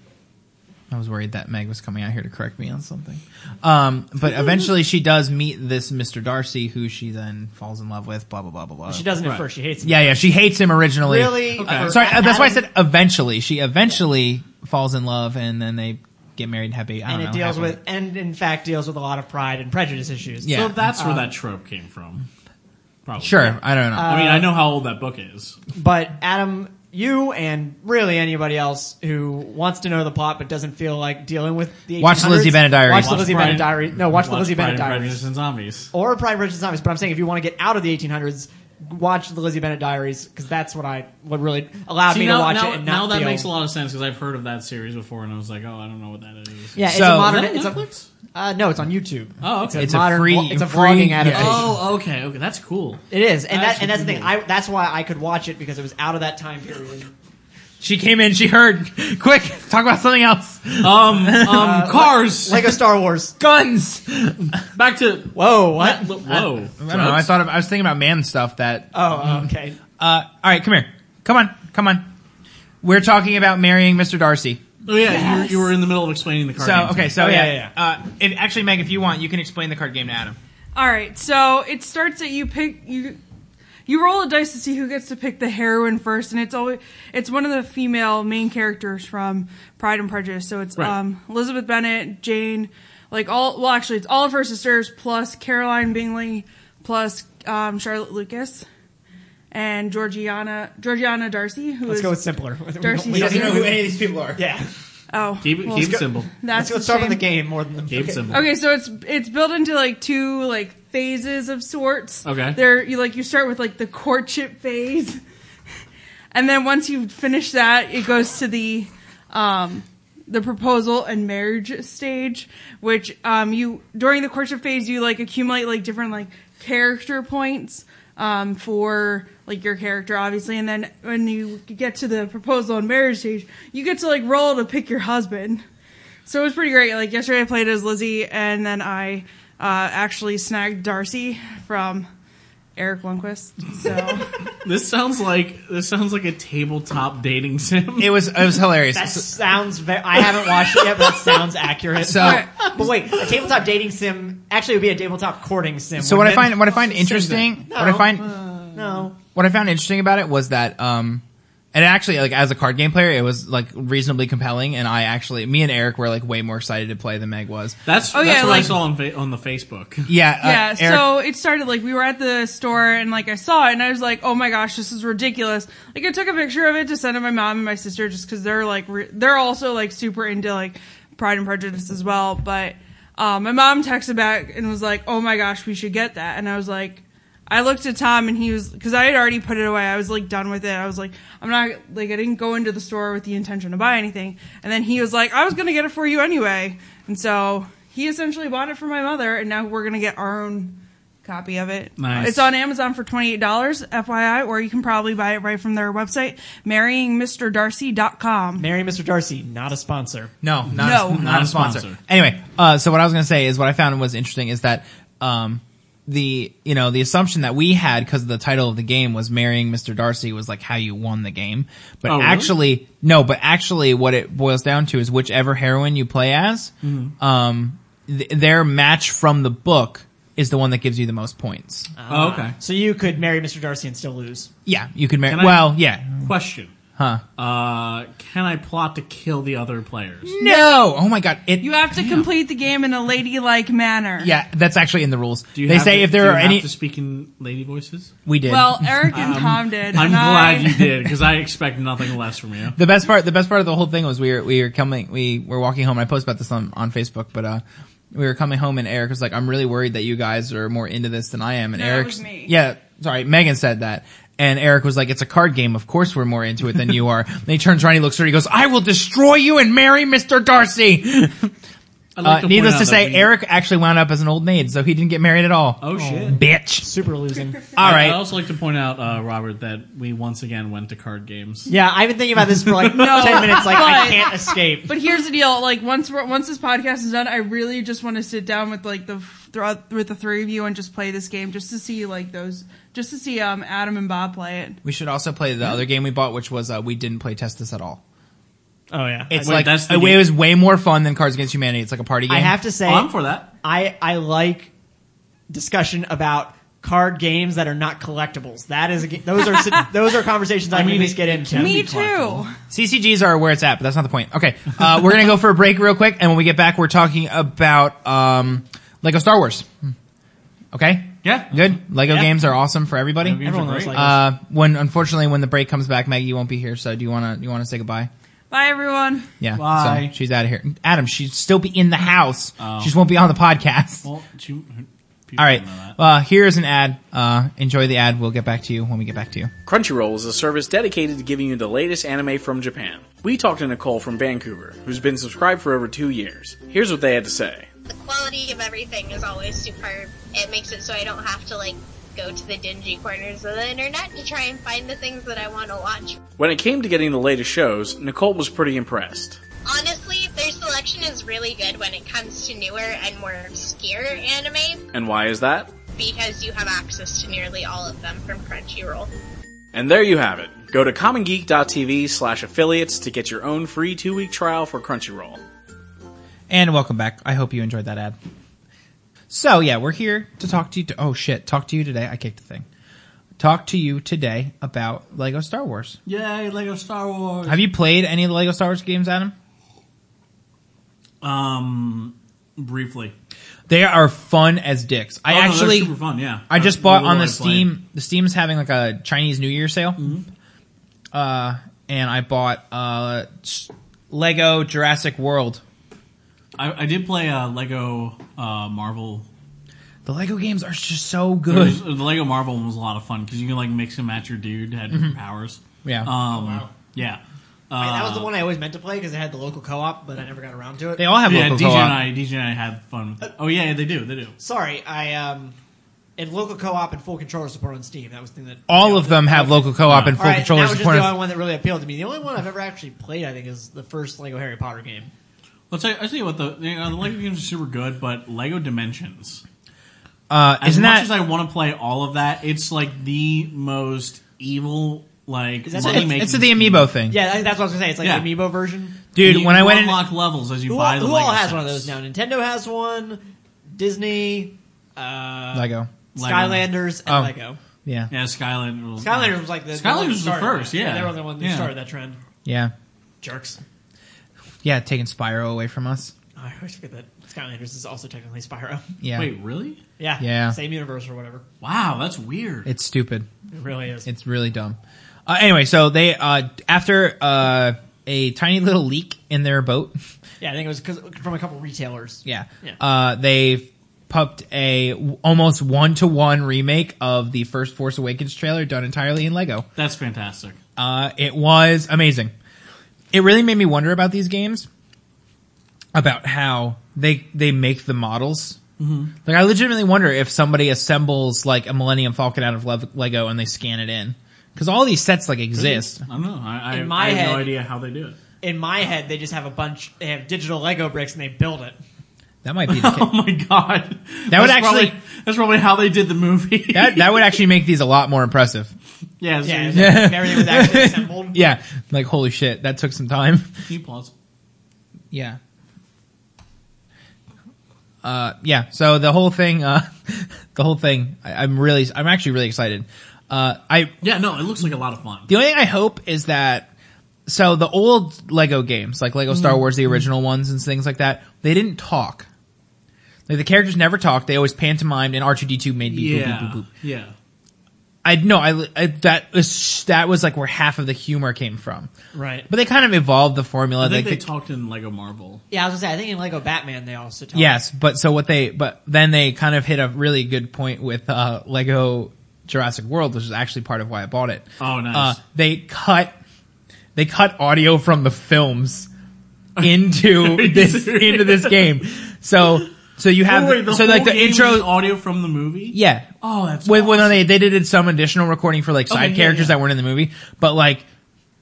Speaker 1: I was worried that Meg was coming out here to correct me on something, um, but eventually she does meet this Mister Darcy, who she then falls in love with. Blah blah blah blah blah.
Speaker 2: it. She doesn't at
Speaker 3: Right.
Speaker 2: first. She hates him.
Speaker 1: Yeah, yeah. She hates him originally.
Speaker 2: Really?
Speaker 1: Uh,
Speaker 2: Okay.
Speaker 1: sorry, uh, that's why I
Speaker 2: Adam-
Speaker 1: said eventually. She eventually falls in love, and then they get married and have a. I don't
Speaker 2: and it
Speaker 1: know,
Speaker 2: deals
Speaker 1: happily.
Speaker 2: with, and in fact, deals with a lot of pride and prejudice issues.
Speaker 1: Yeah. Uh,
Speaker 3: So that's where that trope came from. Probably.
Speaker 1: Sure, Uh, I don't know.
Speaker 2: Uh,
Speaker 3: I mean, I know how old that book is.
Speaker 2: But Adam, you and really anybody else who wants to know the plot but doesn't feel like dealing with the
Speaker 1: Watch the Lizzie
Speaker 2: 1800s,
Speaker 1: Bennet Diaries.
Speaker 2: Watch the
Speaker 1: Watch
Speaker 2: Lizzie
Speaker 3: Pride-
Speaker 2: Bennet Diaries. No, watch, the Lizzie
Speaker 3: Pride
Speaker 2: Bennet
Speaker 3: and
Speaker 2: Diaries.
Speaker 3: Prejudice and Zombies.
Speaker 2: or Pride and Prejudice and Zombies. But I'm saying if you want to get out of the 1800s, watch the Lizzie Bennet Diaries because that's what I what really allowed
Speaker 3: See,
Speaker 2: me
Speaker 3: now,
Speaker 2: to watch
Speaker 3: now-
Speaker 2: it and
Speaker 3: now
Speaker 2: not
Speaker 3: that
Speaker 2: feel-
Speaker 3: makes a lot of sense because I've heard of that series before, and I was like, oh, I don't know what that is.
Speaker 2: Yeah, it's
Speaker 1: So-
Speaker 2: a
Speaker 1: Is
Speaker 2: modern.
Speaker 3: Is
Speaker 2: It's
Speaker 3: that
Speaker 2: a,
Speaker 3: Netflix?
Speaker 2: uh, no, it's on YouTube.
Speaker 3: Oh, okay.
Speaker 2: It's
Speaker 1: It's
Speaker 2: a
Speaker 1: a
Speaker 2: modern.
Speaker 1: free-
Speaker 2: vlo- it's a
Speaker 1: free-
Speaker 2: vlogging
Speaker 1: yeah.
Speaker 2: adaptation.
Speaker 3: Oh, okay, okay. That's cool.
Speaker 2: It is, and
Speaker 3: That's
Speaker 2: that and that's the thing.
Speaker 3: cool.
Speaker 2: I that's why I could watch it because it was out of that time period.
Speaker 1: she came in. She heard. Quick, talk about something else.
Speaker 3: Um,
Speaker 1: Uh,
Speaker 3: um, cars.
Speaker 2: Lego Star Wars.
Speaker 1: Guns.
Speaker 3: Back to
Speaker 2: Whoa, what?
Speaker 3: Whoa. I,
Speaker 1: I don't know. I thought of, I was thinking about man stuff. That. Uh,
Speaker 2: Oh, okay.
Speaker 1: all right, come here. Come on, come on. We're talking about marrying Mr. Darcy.
Speaker 3: Oh yeah, you, you were in the middle of explaining the card.
Speaker 1: So
Speaker 3: game to me.
Speaker 1: okay, so
Speaker 2: Oh, yeah,
Speaker 1: yeah,
Speaker 2: yeah,
Speaker 1: Uh, if, actually, Meg, if you want, you can explain the card game to Adam.
Speaker 4: All right, so it starts that you pick you you roll a dice to see who gets to pick the heroine first, and it's always it's one of the female main characters from Pride and Prejudice. So it's
Speaker 3: Right.
Speaker 4: um, Elizabeth Bennet, Jane, like all well actually it's all of her sisters plus Caroline Bingley plus um, Charlotte Lucas and Georgiana Georgiana Darcy who
Speaker 2: Let's
Speaker 4: is-
Speaker 2: go with simpler. We don't-
Speaker 4: Darcy
Speaker 2: we don't-
Speaker 4: She doesn't
Speaker 1: who any of these people are.
Speaker 2: yeah.
Speaker 4: oh
Speaker 3: Keep it,
Speaker 4: well,
Speaker 3: keep it simple.
Speaker 4: that's
Speaker 2: Let's,
Speaker 4: the
Speaker 2: let's start with
Speaker 4: shame.
Speaker 2: the game more than the
Speaker 3: Keep it simple.
Speaker 4: Okay, so it's it's built into like two like phases of sorts.
Speaker 3: Okay.
Speaker 4: There you like you start with like the courtship phase. And then once you finish that, it goes to the um the proposal and marriage stage, which um you during the courtship phase you like accumulate like different like character points um for like your character obviously and then when you get to the proposal and marriage stage, you get to like roll to pick your husband. So it was pretty great. Like yesterday, I played as Lizzie, and then I uh, actually snagged Darcy from Eric Lundquist. So
Speaker 3: This sounds like this sounds like a tabletop dating sim.
Speaker 1: It was it was hilarious.
Speaker 2: That
Speaker 1: So-
Speaker 2: sounds very. I haven't watched it yet, but that sounds accurate.
Speaker 1: So-
Speaker 4: Alright.
Speaker 2: but wait, a tabletop dating sim actually it would be a tabletop courting sim.
Speaker 1: So what I
Speaker 2: wouldn't it?
Speaker 1: find what I find interesting
Speaker 2: No.
Speaker 1: what I find
Speaker 2: No.
Speaker 1: what I found interesting about it was that, um, and actually, like as a card game player, it was like reasonably compelling. And I actually, me and Eric were like way more excited to play than Meg was.
Speaker 3: That's,
Speaker 4: Oh,
Speaker 3: that's
Speaker 4: yeah,
Speaker 3: what I
Speaker 4: like-
Speaker 3: saw on, fa- on the Facebook.
Speaker 1: Yeah, uh,
Speaker 4: yeah,
Speaker 1: Eric-
Speaker 4: so it started like we were at the store and like I saw it and I was like, oh my gosh, this is ridiculous. Like I took a picture of it to send to my mom and my sister just because they're like re- they're also like super into like Pride and Prejudice as well. But um, my mom texted back and was like, oh my gosh, we should get that. And I was like, I looked at Tom and he was because I had already put it away. I was like done with it. I was like, I'm not like I didn't go into the store with the intention to buy anything. And then he was like, I was gonna get it for you anyway. And so he essentially bought it for my mother, and now we're gonna get our own copy of it.
Speaker 3: Nice.
Speaker 4: It's on Amazon for twenty eight dollars, FYI, or you can probably buy it right from their website, marryingmrdarcy.com.
Speaker 2: Marry Mr. Darcy, not a sponsor.
Speaker 1: No, not,
Speaker 4: No.
Speaker 1: a, not, a sponsor. Anyway, uh, so what I was going to say is what I found was interesting is that um, the you know the assumption that we had because the title of the game was marrying Mr. Darcy was like how you won the game, but
Speaker 3: Oh, really?
Speaker 1: actually no, but actually what it boils down to is whichever heroine you play as,
Speaker 3: Mm-hmm.
Speaker 1: um, th- their match from the book is the one that gives you the most points.
Speaker 3: Oh, okay.
Speaker 2: So you could marry Mr. Darcy and still lose.
Speaker 1: yeah, you could marry.
Speaker 3: Can I-
Speaker 1: well, yeah,
Speaker 3: Question.
Speaker 1: huh?
Speaker 3: Uh, can I plot to kill the other players?
Speaker 1: No, oh my god, it
Speaker 4: You have to complete the game in a ladylike manner.
Speaker 1: yeah, that's actually in the rules.
Speaker 3: Do you
Speaker 1: They
Speaker 3: have
Speaker 1: say
Speaker 3: to-
Speaker 1: if there
Speaker 3: do
Speaker 1: are
Speaker 3: you
Speaker 1: any,
Speaker 3: have to speak in lady voices?
Speaker 1: we did.
Speaker 4: Well, Eric and Tom did.
Speaker 3: Um, I'm
Speaker 4: and I-
Speaker 3: glad you did because I expect nothing less from you.
Speaker 1: The best part, the best part of the whole thing was we were, we were coming, we were walking home. I posted about this on, on Facebook, but, uh, we were coming home and Eric was like, I'm really worried that you guys are more into this than I am. And
Speaker 4: No, that
Speaker 1: Eric's,
Speaker 4: was me.
Speaker 1: yeah, sorry, Megan said that. And Eric was like, it's a card game. Of course we're more into it than you are. And he turns around, he looks at her, he goes, I will destroy you and marry Mr. Darcy.
Speaker 3: I'd
Speaker 1: Uh,
Speaker 3: like point
Speaker 1: needless
Speaker 3: out
Speaker 1: to
Speaker 3: that
Speaker 1: say,
Speaker 3: we-
Speaker 1: Eric actually wound up as an old maid, so he didn't get married at all.
Speaker 3: Oh shit!
Speaker 1: Bitch.
Speaker 2: Super losing.
Speaker 1: All
Speaker 3: I'd
Speaker 1: right.
Speaker 3: also like to point out, uh, Robert, that we once again went to card games.
Speaker 2: Yeah, I've been thinking about this for like
Speaker 4: No,
Speaker 2: 10 minutes. Like, I
Speaker 4: but-
Speaker 2: can't escape.
Speaker 4: But here's the deal: like once we're, once this podcast is done, I really just want to sit down with like the th- with the three of you and just play this game, just to see like those, just to see um Adam and Bob play it.
Speaker 1: We should also play the other game we bought, which was, uh, we didn't play test this at all.
Speaker 2: Oh, yeah.
Speaker 1: It's
Speaker 3: Wait,
Speaker 1: like,
Speaker 3: that's the
Speaker 1: it
Speaker 3: game.
Speaker 1: was way more fun than Cards Against Humanity. It's like a party game.
Speaker 2: I have to say,
Speaker 3: Oh, I'm for that.
Speaker 2: I, I like discussion about card games that are not collectibles. That is, a, ge- those are si- those are conversations I,
Speaker 3: I
Speaker 2: can
Speaker 3: mean,
Speaker 2: at least
Speaker 3: it-
Speaker 2: get
Speaker 3: it
Speaker 2: into.
Speaker 3: can
Speaker 4: Me
Speaker 3: be
Speaker 4: too.
Speaker 3: collectible.
Speaker 1: CCGs are where it's at, but that's not the point. Okay, uh, we're gonna go for a break real quick, and when we get back, we're talking about um, Lego Star Wars. Okay,
Speaker 3: Yeah.
Speaker 1: good. Lego
Speaker 2: Yeah.
Speaker 1: games are awesome for
Speaker 3: Lego
Speaker 1: everybody.
Speaker 3: games are
Speaker 2: Everyone
Speaker 3: great.
Speaker 2: was like-
Speaker 1: Uh, when unfortunately, when the break comes back, Maggie won't be here. So do you wanna do you wanna say goodbye?
Speaker 4: Bye, everyone.
Speaker 1: Yeah,
Speaker 2: Bye.
Speaker 1: So she's out of here. Adam, she'd still be in the house.
Speaker 3: Oh.
Speaker 1: She just won't be on the podcast.
Speaker 3: well, you- people
Speaker 1: All right.
Speaker 3: don't know that.
Speaker 1: Uh, here is an ad. Uh, enjoy the ad. We'll get back to you when we get back to you.
Speaker 5: Crunchyroll is a service dedicated to giving you the latest anime from Japan. We talked to Nicole from Vancouver, who's been subscribed for over two years. Here's what they had to say.
Speaker 6: the quality of everything is always superb. It makes it so I don't have to like go to the dingy corners of the internet to try and find the things that I want to watch.
Speaker 5: When it came to getting the latest shows, Nicole was pretty impressed.
Speaker 6: Honestly, their selection is really good when it comes to newer and more obscure anime
Speaker 5: And why is that?
Speaker 6: because you have access to nearly all of them from Crunchyroll.
Speaker 5: And there you have it. Go to commongeek.tv slash affiliates to get your own free two-week trial for Crunchyroll.
Speaker 1: And welcome back. I hope you enjoyed that ad. So yeah, we're here to talk to you. To, oh shit, talk to you today. I kicked the thing. Talk to you today about Lego Star Wars.
Speaker 3: Yay, Lego Star Wars.
Speaker 1: Have you played any of the Lego Star Wars games, Adam?
Speaker 3: Um, briefly.
Speaker 1: They are fun as dicks. I
Speaker 3: Oh, no, they're
Speaker 1: actually,
Speaker 3: super fun. Yeah,
Speaker 1: I just
Speaker 3: That's
Speaker 1: bought
Speaker 3: what
Speaker 1: on the
Speaker 3: I played.
Speaker 1: Steam. The Steam's having like a Chinese New Year sale.
Speaker 3: Mm-hmm.
Speaker 1: Uh, and I bought uh s- Lego Jurassic World.
Speaker 3: I, I did play uh, Lego uh, Marvel.
Speaker 1: The Lego games are just so
Speaker 3: It
Speaker 1: good.
Speaker 3: was- the Lego Marvel one was a lot of fun because you can like mix and match your dude had different powers.
Speaker 1: Mm-hmm. Yeah.
Speaker 3: Um, Yeah.
Speaker 2: I- Oh, that was
Speaker 3: Um,
Speaker 2: the one I always meant to play because it had the local co-op, but I never got around to it.
Speaker 1: They all have
Speaker 3: Yeah,
Speaker 1: local
Speaker 3: DJ
Speaker 1: co-op.
Speaker 3: and I, DJ and I had fun. With it. Oh yeah, they do, they do.
Speaker 2: Sorry, I um, and local co-op and full controller support on Steam. That was the thing that
Speaker 1: All of them have local co-op and
Speaker 2: All
Speaker 1: full
Speaker 2: right,
Speaker 1: controller
Speaker 2: that was just
Speaker 1: support.
Speaker 2: the only one that really appealed to me. The only one I've ever actually played, I think, is the first Lego Harry Potter game.
Speaker 3: Let's say, I tell you what, the, you know, the Lego games are super good, but Lego Dimensions.
Speaker 1: Uh,
Speaker 3: As
Speaker 1: isn't
Speaker 3: much
Speaker 1: that
Speaker 3: as I want to play all of that, it's like the most evil, like
Speaker 2: that-
Speaker 3: money
Speaker 1: It's,
Speaker 3: making.
Speaker 1: it's the E amiibo thing,
Speaker 2: Yeah, I- that's what I was gonna say. It's like
Speaker 3: Yeah.
Speaker 2: the amiibo version.
Speaker 1: dude.
Speaker 3: You
Speaker 1: when I went in,
Speaker 3: unlock levels as you
Speaker 2: Who,
Speaker 3: buy
Speaker 2: all,
Speaker 3: the
Speaker 2: who
Speaker 3: Lego
Speaker 2: all has
Speaker 3: sets.
Speaker 2: one of those now? Nintendo has one. Disney, uh,
Speaker 1: Lego.
Speaker 3: Lego.
Speaker 2: Skylanders, and
Speaker 1: Oh.
Speaker 2: Lego.
Speaker 1: Yeah.
Speaker 3: Yeah, Skylander was
Speaker 2: Skylanders was like the the
Speaker 3: Skylanders
Speaker 2: one who
Speaker 3: was the
Speaker 2: started
Speaker 3: first,
Speaker 2: that.
Speaker 3: yeah.
Speaker 2: they were the one who
Speaker 3: Yeah.
Speaker 2: started that trend.
Speaker 1: Yeah.
Speaker 2: Jerks.
Speaker 1: Yeah, taking Spyro away from us.
Speaker 2: I always forget that Skylanders is also technically Spyro.
Speaker 1: Yeah.
Speaker 3: Wait, really?
Speaker 2: Yeah,
Speaker 1: Yeah.
Speaker 2: same universe or whatever.
Speaker 3: Wow, that's weird.
Speaker 1: It's stupid.
Speaker 2: It really is.
Speaker 1: It's really dumb. Uh, anyway, so they uh, after uh, a tiny little leak in their boat,
Speaker 2: yeah, I think it was 'cause- from a couple retailers.
Speaker 1: yeah,
Speaker 2: Yeah.
Speaker 1: Uh, they pumped a w- almost one to one remake of the first Force Awakens trailer done entirely in Lego.
Speaker 3: That's fantastic.
Speaker 1: Uh, it was amazing. It really made me wonder about these games, about how they they make the models.
Speaker 2: Mm-hmm.
Speaker 1: Like I legitimately wonder if somebody assembles like a Millennium Falcon out of Lev- Lego and they scan it in because all these sets like exist.
Speaker 3: I don't know. I, I,
Speaker 2: In my
Speaker 3: I have
Speaker 2: head-
Speaker 3: no idea how they do it.
Speaker 2: In my head, they just have a bunch. They have digital Lego bricks and they build it.
Speaker 1: That might be the case.
Speaker 3: Oh my god.
Speaker 1: That would
Speaker 3: That's
Speaker 1: actually-
Speaker 3: probably, that's probably how they did the movie.
Speaker 1: that that would actually make these a lot more impressive.
Speaker 3: yeah,
Speaker 2: Yeah,
Speaker 3: seriously.
Speaker 2: everything was actually assembled.
Speaker 1: Yeah, like holy shit, that took some time.
Speaker 3: Can you pause?
Speaker 1: Yeah. Uh, yeah. So the whole thing, uh, the whole thing, I, I'm really, I'm actually really excited. Uh, I
Speaker 3: Yeah, no, it looks like a lot of fun.
Speaker 1: The only thing I hope is that so the old Lego games, like Lego Star Wars, the
Speaker 3: Mm-hmm.
Speaker 1: original ones and things like that, they didn't talk. Like the characters never talked. They always pantomimed, and R two D two made me boop boop boop
Speaker 3: Yeah.
Speaker 1: boop.
Speaker 3: Yeah.
Speaker 1: I no, I, I that was that was like where half of the humor came from.
Speaker 2: Right.
Speaker 1: But they kind of evolved the formula.
Speaker 3: I think
Speaker 1: Uh, like the-
Speaker 3: they talked in Lego Marvel.
Speaker 2: Yeah, I was gonna say. I think in Lego Batman they also talk.
Speaker 1: yes, but so what they but then they kind of hit a really good point with uh, Lego Jurassic World, which is actually part of why I bought it.
Speaker 3: Oh, nice.
Speaker 1: uh, they cut they cut audio from the films into this into this game. So so you have
Speaker 3: Oh, wait, the
Speaker 1: so like
Speaker 3: whole
Speaker 1: the
Speaker 3: game
Speaker 1: intro
Speaker 3: is audio from the movie.
Speaker 1: yeah.
Speaker 3: Oh, that's
Speaker 1: With,
Speaker 3: awesome.
Speaker 1: when they they did some additional recording for like
Speaker 3: Okay,
Speaker 1: side
Speaker 3: yeah,
Speaker 1: characters
Speaker 3: yeah.
Speaker 1: that weren't in the movie, but like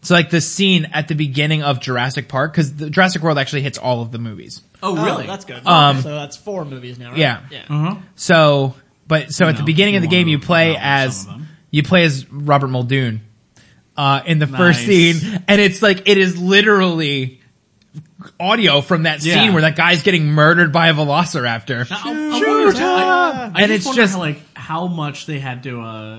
Speaker 1: so like the scene at the beginning of Jurassic Park because the Jurassic World actually hits all of the movies.
Speaker 3: Oh,
Speaker 2: Oh,
Speaker 3: really?
Speaker 2: that's good.
Speaker 1: Um,
Speaker 2: so that's four movies now. Right?
Speaker 1: yeah.
Speaker 2: Yeah.
Speaker 3: Uh-huh.
Speaker 1: So, but so at
Speaker 3: No,
Speaker 1: the beginning
Speaker 3: you
Speaker 1: of the
Speaker 3: wanna
Speaker 1: game, you play
Speaker 3: know
Speaker 1: as
Speaker 3: some of them.
Speaker 1: you play as Robert Muldoon uh, in the first
Speaker 3: Nice.
Speaker 1: scene, and it's like it is literally audio from that scene
Speaker 3: Yeah.
Speaker 1: where that guy's getting murdered by a velociraptor.
Speaker 3: I- I- I wonder- I- I
Speaker 1: And
Speaker 3: just
Speaker 1: it's
Speaker 3: wonder
Speaker 1: just-
Speaker 3: how, like how much they had to, uh,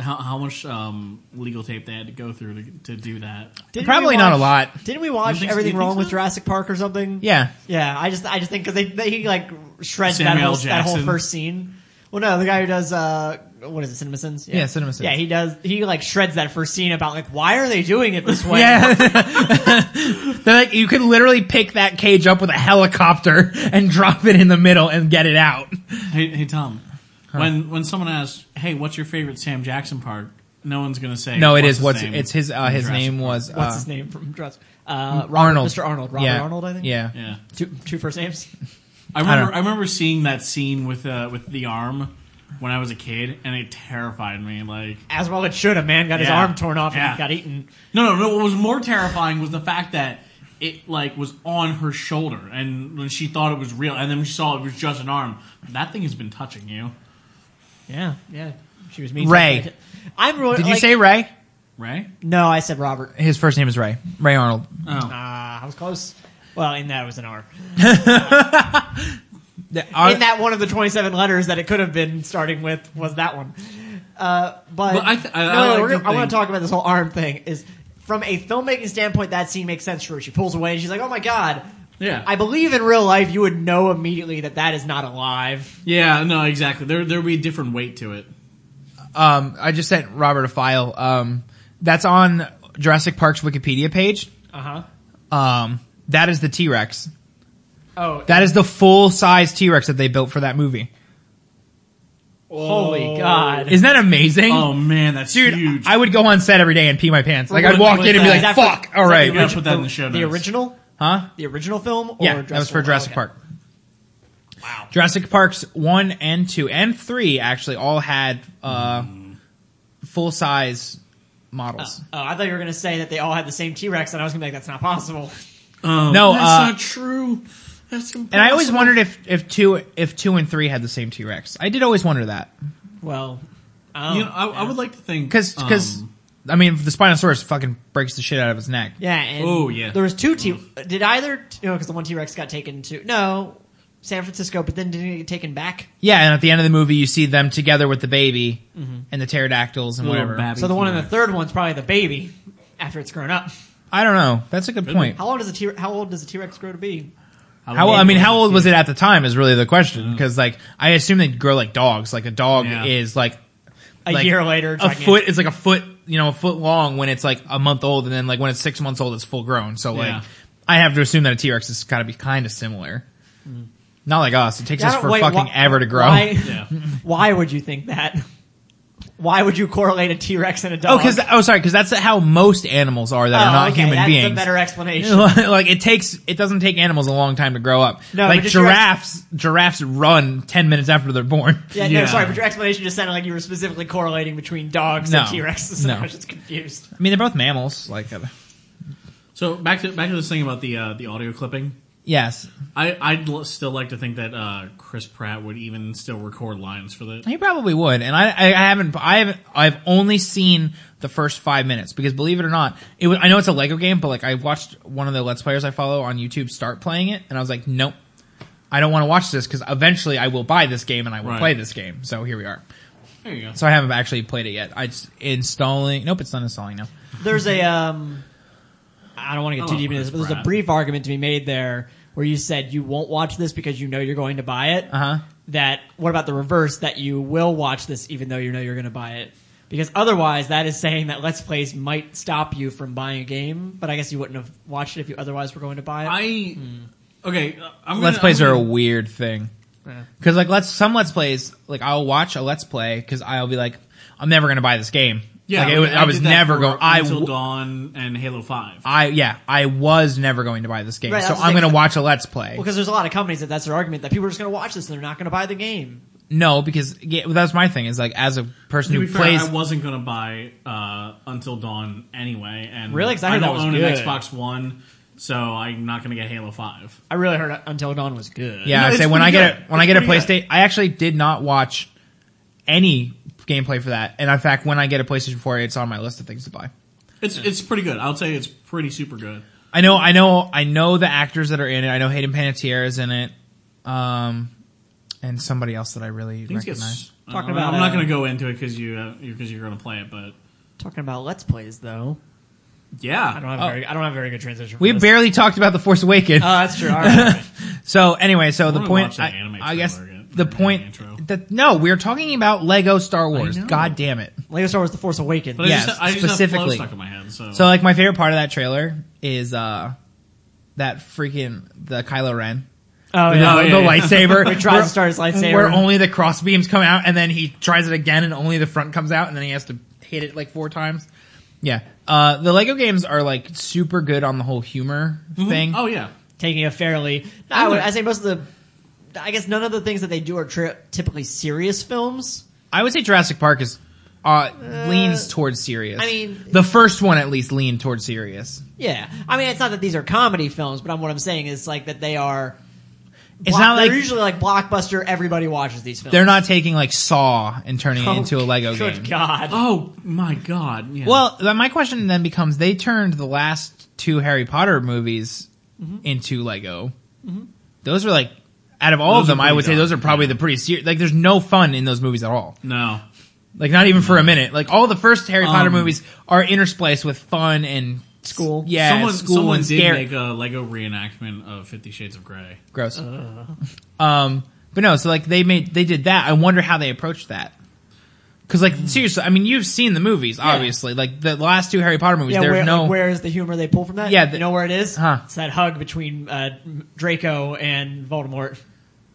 Speaker 3: how how much um, legal tape they had to go through to, to do that.
Speaker 2: Didn't
Speaker 1: Probably
Speaker 2: we
Speaker 1: not a
Speaker 2: watch-
Speaker 1: lot.
Speaker 2: Didn't we
Speaker 3: You
Speaker 2: watch
Speaker 3: think- you
Speaker 2: everything
Speaker 3: think
Speaker 2: wrong
Speaker 3: so?
Speaker 2: with Jurassic Park or something?
Speaker 1: Yeah,
Speaker 2: Yeah, I just I just think because they, they he like shreds that
Speaker 3: Samuel
Speaker 2: whole that whole
Speaker 3: Jackson.
Speaker 2: first scene. Well, no, the guy who does uh, what is it, CinemaSins?
Speaker 1: Yeah, CinemaSins.
Speaker 2: Yeah, he does. He like shreds that first scene about like why are they doing it this way?
Speaker 1: yeah. They're like you can literally pick that cage up with a helicopter and drop it in the middle and get it out.
Speaker 3: Hey, hey Tom, when when someone asks, "Hey, what's your favorite Sam Jackson part?" No one's gonna say.
Speaker 1: No, it
Speaker 3: what's
Speaker 1: is
Speaker 3: his
Speaker 1: what's
Speaker 3: name
Speaker 1: it's his uh,
Speaker 3: in
Speaker 1: his
Speaker 3: Jurassic
Speaker 1: name
Speaker 3: Park.
Speaker 1: was uh,
Speaker 2: What's his name from Jurassic? Uh, Robert,
Speaker 1: Arnold,
Speaker 2: Mr. Arnold, Robert
Speaker 1: Yeah.
Speaker 2: Arnold, I think.
Speaker 1: Yeah,
Speaker 3: Yeah,
Speaker 2: Two, two first names.
Speaker 3: I remember.
Speaker 1: don't-
Speaker 3: I, remember seeing that scene with uh, with the arm when I was a kid, and it terrified me. Like,
Speaker 2: As well, it should. A man got his
Speaker 3: Yeah.
Speaker 2: arm torn off and
Speaker 3: Yeah.
Speaker 2: he got eaten.
Speaker 3: no, no, no. What was more terrifying was the fact that it like was on her shoulder, and when she thought it was real, and then when she saw it was just an arm, that thing has been touching you,
Speaker 2: Yeah, yeah. She was mean.
Speaker 1: Ray.
Speaker 2: I'm. Really,
Speaker 1: Did you
Speaker 2: like-
Speaker 1: say Ray?
Speaker 3: right?
Speaker 2: no? I said Robert.
Speaker 1: His first name is Ray. Ray Arnold.
Speaker 3: Oh,
Speaker 2: Ah, I was close. Well, in that it was an R.
Speaker 1: The- Ar-
Speaker 2: in that one of the 27 letters that it could have been starting with was that one. Uh, but,
Speaker 3: But I th- I-
Speaker 2: no,
Speaker 3: I
Speaker 2: no,
Speaker 3: like
Speaker 2: we're
Speaker 3: to
Speaker 2: gonna- I want
Speaker 3: think-
Speaker 2: to talk about this whole arm thing. Is from a filmmaking standpoint, that scene makes sense for her. She pulls away and she's like, "Oh my god."
Speaker 3: yeah.
Speaker 2: I believe in real life, you would know immediately that that is not alive.
Speaker 3: yeah, no, exactly. There, there'll be a different weight to it.
Speaker 1: um, I just sent Robert a file. Um, that's on Jurassic Park's Wikipedia page.
Speaker 2: Uh huh.
Speaker 1: Um, that is the T Rex.
Speaker 2: Oh,
Speaker 1: That is the full size T Rex that they built for that movie.
Speaker 2: holy god!
Speaker 1: Isn't that amazing?
Speaker 3: Oh man, that's
Speaker 1: Dude,
Speaker 3: huge.
Speaker 1: I would go on set every day and pee my pants. Like I'd
Speaker 3: What-
Speaker 1: walk
Speaker 3: what
Speaker 1: in and
Speaker 3: was
Speaker 1: be
Speaker 3: that?
Speaker 1: like,
Speaker 2: Is that
Speaker 1: "Fuck,
Speaker 2: for-
Speaker 1: all
Speaker 2: is that
Speaker 1: right,
Speaker 2: the
Speaker 3: You gotta put that in the
Speaker 2: origi-
Speaker 3: show
Speaker 2: The
Speaker 3: notes.
Speaker 2: original,
Speaker 1: huh?"
Speaker 2: the original film. Or
Speaker 1: Yeah, that was for Jurassic
Speaker 2: okay.
Speaker 1: Park.
Speaker 2: Wow.
Speaker 1: Jurassic Parks one and two and three actually all had uh, full size models.
Speaker 2: Oh, I thought you were gonna say that they all had the same T Rex, and I was gonna be like, "That's not possible."
Speaker 3: Um,
Speaker 1: No,
Speaker 3: that's
Speaker 1: uh,
Speaker 3: not true. That's impossible.
Speaker 1: and I always wondered if if two if two and three had the same T Rex. I did always wonder that.
Speaker 2: Well, I
Speaker 3: You
Speaker 2: don't
Speaker 3: know, I, I would like to think
Speaker 1: Because, because,
Speaker 3: um,
Speaker 1: I mean, the Spinosaurus fucking breaks the shit out of his neck.
Speaker 2: Yeah. And
Speaker 3: Oh, yeah.
Speaker 1: Mm.
Speaker 2: oh, There was two T. Did either? No, because the one T Rex got taken to. No, San Francisco, but then didn't get taken back.
Speaker 1: Yeah, and at the end of the movie, you see them together with the baby and the pterodactyls and
Speaker 3: Mm-hmm. Little
Speaker 1: whatever.
Speaker 3: babby
Speaker 2: So the one in the
Speaker 3: thing.
Speaker 2: third one's probably the baby after it's grown up.
Speaker 1: I don't know. That's a good point.
Speaker 2: How old does a T? How old does a T Rex grow to be?
Speaker 3: um,
Speaker 1: How I mean, how old was it at the time is really the question because like I assume they grow like dogs. Like a dog
Speaker 3: Yeah.
Speaker 1: is like
Speaker 2: A
Speaker 1: like,
Speaker 2: year later,
Speaker 1: a
Speaker 2: gigantic.
Speaker 1: foot. It's like a foot, you know, a foot long when it's like a month old, and then like when it's six months old, it's full grown. So like,
Speaker 3: Yeah.
Speaker 1: I have to assume that a T Rex has got to be kind of similar. Not like us. It takes
Speaker 2: Yeah,
Speaker 1: us for
Speaker 2: wait,
Speaker 1: fucking
Speaker 2: wh-
Speaker 1: ever to grow.
Speaker 2: Mm. Why,
Speaker 3: Yeah.
Speaker 2: why would you think that? Why would you correlate a T Rex and a
Speaker 1: Oh,
Speaker 2: dog?
Speaker 1: because oh, sorry, because that's how most animals are that
Speaker 2: Oh,
Speaker 1: are not
Speaker 2: okay,
Speaker 1: human
Speaker 2: that's
Speaker 1: beings.
Speaker 2: a better explanation.
Speaker 1: like it takes it doesn't take animals a long time to grow up.
Speaker 2: No,
Speaker 1: like
Speaker 2: but just your-
Speaker 1: giraffes, giraffes run ten minutes after they're born.
Speaker 2: Yeah,
Speaker 3: Yeah.
Speaker 2: no, sorry, but your explanation just sounded like you were specifically correlating between dogs
Speaker 1: No.
Speaker 2: and T Rexes. So
Speaker 1: No.
Speaker 2: I was just confused.
Speaker 1: I mean, they're both mammals. Like, uh,
Speaker 3: So back to back to this thing about the uh, the audio clipping.
Speaker 1: yes,
Speaker 3: I I'd l- still like to think that uh, Chris Pratt would even still record lines for the.
Speaker 1: he probably would. And I, I haven't, I haven't, I've only seen the first five minutes because, believe it or not, it was. I know it's a Lego game, but like I watched one of the Let's Players I follow on YouTube start playing it, and I was like, nope, I don't want to watch this because eventually I will buy this game and I will
Speaker 3: Right.
Speaker 1: play this game. So here we are.
Speaker 3: There you go.
Speaker 1: So I haven't actually played it yet. I just installing. Nope, it's not installing now.
Speaker 2: There's a um, I don't want to
Speaker 3: I
Speaker 2: get too
Speaker 3: love
Speaker 2: deep into this, but there's a
Speaker 3: Brad.
Speaker 2: brief argument to be made there where you said you won't watch this because you know you're going to buy it.
Speaker 1: Uh huh.
Speaker 2: That what about the reverse? That you will watch this even though you know you're going to buy it. Because otherwise, that is saying that Let's Plays might stop you from buying a game, but I guess you wouldn't have watched it if you otherwise were going to buy it.
Speaker 3: I okay. uh, I'm
Speaker 1: Let's
Speaker 3: gonna-
Speaker 1: plays
Speaker 3: I'm
Speaker 1: are a
Speaker 3: gonna-
Speaker 1: weird thing.
Speaker 2: Yeah.
Speaker 1: Because like let's some let's plays like I'll watch a let's play because I'll be like I'm never gonna buy this game.
Speaker 3: Yeah,
Speaker 1: like, it was, I, was
Speaker 3: did that
Speaker 1: never
Speaker 3: for
Speaker 1: going. I
Speaker 3: Until
Speaker 1: w-
Speaker 3: Dawn and Halo Five.
Speaker 1: I yeah I was never going to buy this game.
Speaker 2: Right,
Speaker 1: so
Speaker 2: that's the
Speaker 1: I'm
Speaker 2: thing.
Speaker 1: gonna watch a let's play.
Speaker 2: because there's a lot of companies that that's their argument that people are just going to watch this and they're not going to buy the game.
Speaker 1: no, because yeah, that's my thing is like as a person
Speaker 3: To
Speaker 1: who
Speaker 3: be fair,
Speaker 1: plays.
Speaker 3: I wasn't gonna buy uh, Until Dawn anyway, and
Speaker 2: Really? 'Cause I heard that
Speaker 3: don't
Speaker 2: was
Speaker 3: own an
Speaker 2: good.
Speaker 3: Xbox One, so I'm not gonna get Halo Five.
Speaker 2: I really heard Until Dawn was good.
Speaker 1: yeah,
Speaker 3: No,
Speaker 1: I
Speaker 3: it's
Speaker 1: say when
Speaker 3: pretty
Speaker 1: I get
Speaker 3: good.
Speaker 1: a when I
Speaker 3: It's
Speaker 1: get a
Speaker 3: pretty good.
Speaker 1: PlayStation, I actually did not watch any gameplay for that. And in fact, when I get a PlayStation 4, it's on my list of things to buy.
Speaker 3: It's it's pretty good. I'll say it's pretty super good.
Speaker 1: I know, I know, I know the actors that are in it. I know Hayden Panettiere is in it, um, and somebody else that I really
Speaker 3: Things get
Speaker 1: recognize.
Speaker 2: Talking
Speaker 3: I'm,
Speaker 2: about,
Speaker 3: I'm not
Speaker 2: uh,
Speaker 3: gonna go into it because you uh, because you're gonna play it, but
Speaker 2: Talking about Let's Plays though, I don't
Speaker 3: yeah,
Speaker 2: have a very I don't have a very good transition. for
Speaker 1: We
Speaker 2: this.
Speaker 1: barely talked about the Force Awakens.
Speaker 2: Oh, that's true. All right.
Speaker 1: so anyway, so the
Speaker 3: gonna watch
Speaker 1: point,
Speaker 3: that
Speaker 1: I,
Speaker 3: anime
Speaker 1: I guess,
Speaker 3: trailer again,
Speaker 1: the
Speaker 3: or anime
Speaker 1: point
Speaker 3: intro.
Speaker 1: that no, we're talking about Lego Star Wars.
Speaker 3: know.
Speaker 1: God damn it!
Speaker 2: Lego Star Wars: The Force Awakens.
Speaker 3: but
Speaker 1: yes,
Speaker 3: I just, I just have
Speaker 1: specifically.
Speaker 3: flow stuck in my head. So,
Speaker 1: So like, my favorite part of that trailer is uh, that freaking the Kylo Ren.
Speaker 2: oh
Speaker 1: The,
Speaker 2: yeah.
Speaker 1: the
Speaker 3: yeah, yeah.
Speaker 1: lightsaber.
Speaker 2: He tries to start his lightsaber.
Speaker 1: Where only the cross beams come out, and then he tries it again, and only the front comes out, and then he has to hit it like four times. Yeah, uh, the Lego games are like super good on the whole humor thing.
Speaker 3: oh yeah,
Speaker 2: taking a fairly. I would I say most of the. I guess none of the things that they do are tri- typically serious films.
Speaker 1: I would say Jurassic Park is uh, leans towards serious.
Speaker 2: I mean-
Speaker 1: the first one at least leaned towards serious.
Speaker 2: Yeah, I mean it's not that these are comedy films, but I'm, what I'm saying is like that they are.
Speaker 1: It's
Speaker 2: block-
Speaker 1: not
Speaker 2: they're
Speaker 1: like-
Speaker 2: usually like blockbuster. Everybody watches these films. Oh,
Speaker 1: They're not taking like Saw and turning it into a Lego
Speaker 2: good
Speaker 1: game.
Speaker 2: God.
Speaker 3: oh my god, yeah.
Speaker 1: Well, th- my question then becomes: They turned the last two Harry Potter movies
Speaker 2: Mm-hmm.
Speaker 1: into Lego. Those are like, out of all
Speaker 3: Those
Speaker 1: of
Speaker 3: are
Speaker 1: them, I
Speaker 3: pretty
Speaker 1: would say
Speaker 3: dark,
Speaker 1: those are probably the pretty serious. Like, there's no fun in those movies at all.
Speaker 3: no,
Speaker 1: Like, not even for a minute. Like, all the first Harry Potter
Speaker 3: Mm-hmm. Um,
Speaker 1: movies are interspliced with fun and
Speaker 2: School.
Speaker 1: Yeah,
Speaker 3: someone
Speaker 1: school
Speaker 3: someone
Speaker 1: and
Speaker 3: did
Speaker 1: scare.
Speaker 3: make a Lego reenactment of Fifty Shades of Grey.
Speaker 1: Gross.
Speaker 2: Uh.
Speaker 1: Um, but no, so like they made they did that. I wonder how they approached that. Because like
Speaker 2: Hmm.
Speaker 1: seriously, I mean, you've seen the movies, obviously. Like the last two Harry Potter movies,
Speaker 2: Yeah,
Speaker 1: there's
Speaker 2: where,
Speaker 1: no
Speaker 2: like, where is the humor they pull from that?
Speaker 1: Yeah, the-
Speaker 2: you know where it is.
Speaker 1: Huh.
Speaker 2: It's that hug between uh, Draco and Voldemort.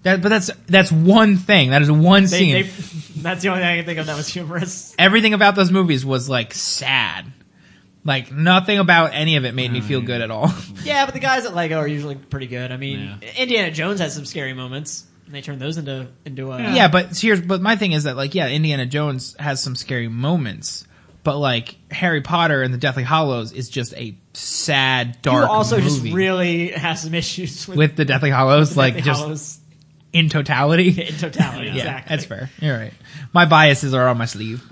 Speaker 1: That, but that's that's one thing. That is one scene.
Speaker 2: They, they, that's the only thing I can think of that was humorous.
Speaker 1: Everything about those movies was like sad. Like nothing about any of it made me feel good at all.
Speaker 2: Yeah, but the guys at Lego are usually pretty good. I mean,
Speaker 3: Yeah.
Speaker 2: Indiana Jones has some scary moments, and they turn those into into uh, a
Speaker 1: yeah, but here's but my thing is that like yeah, Indiana Jones has some scary moments, but like Harry Potter and the Deathly Hollows is just a sad,
Speaker 2: You
Speaker 1: dark.
Speaker 2: also just
Speaker 1: movie.
Speaker 2: really have some issues with,
Speaker 1: with the Deathly Hollows, like
Speaker 2: Deathly
Speaker 1: just
Speaker 2: Hallows
Speaker 1: in totality.
Speaker 2: in totality.
Speaker 1: Yeah,
Speaker 2: exactly.
Speaker 1: that's fair. You're right. My biases are on my sleeve.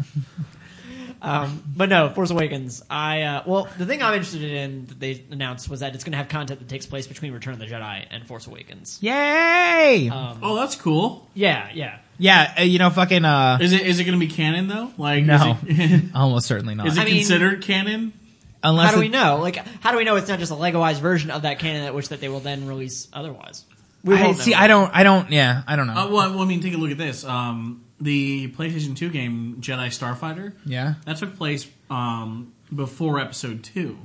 Speaker 2: Um, but no, Force Awakens. I uh, well, the thing I'm interested in that they announced was that it's going to have content that takes place between Return of the Jedi and Force Awakens.
Speaker 1: Yay!
Speaker 2: Um,
Speaker 3: Oh, that's cool.
Speaker 2: yeah, yeah.
Speaker 1: yeah, uh, you know, fucking. Uh,
Speaker 3: Is it is it going to be canon though? Like is
Speaker 1: No.
Speaker 3: it-
Speaker 1: almost certainly not.
Speaker 3: Is it
Speaker 2: I mean-
Speaker 3: considered canon?
Speaker 1: Unless
Speaker 2: How do
Speaker 1: it-
Speaker 2: we know? Like, how do we know it's not just a Legoized version of that canon, which that they will then release otherwise? We
Speaker 1: I,
Speaker 2: won't know.
Speaker 1: see, I don't. I don't. Yeah, I don't know.
Speaker 3: Uh, well, well, I mean, take a look at this. Um, the PlayStation 2 game Jedi Starfighter.
Speaker 1: yeah.
Speaker 3: That took place um, before Episode 2.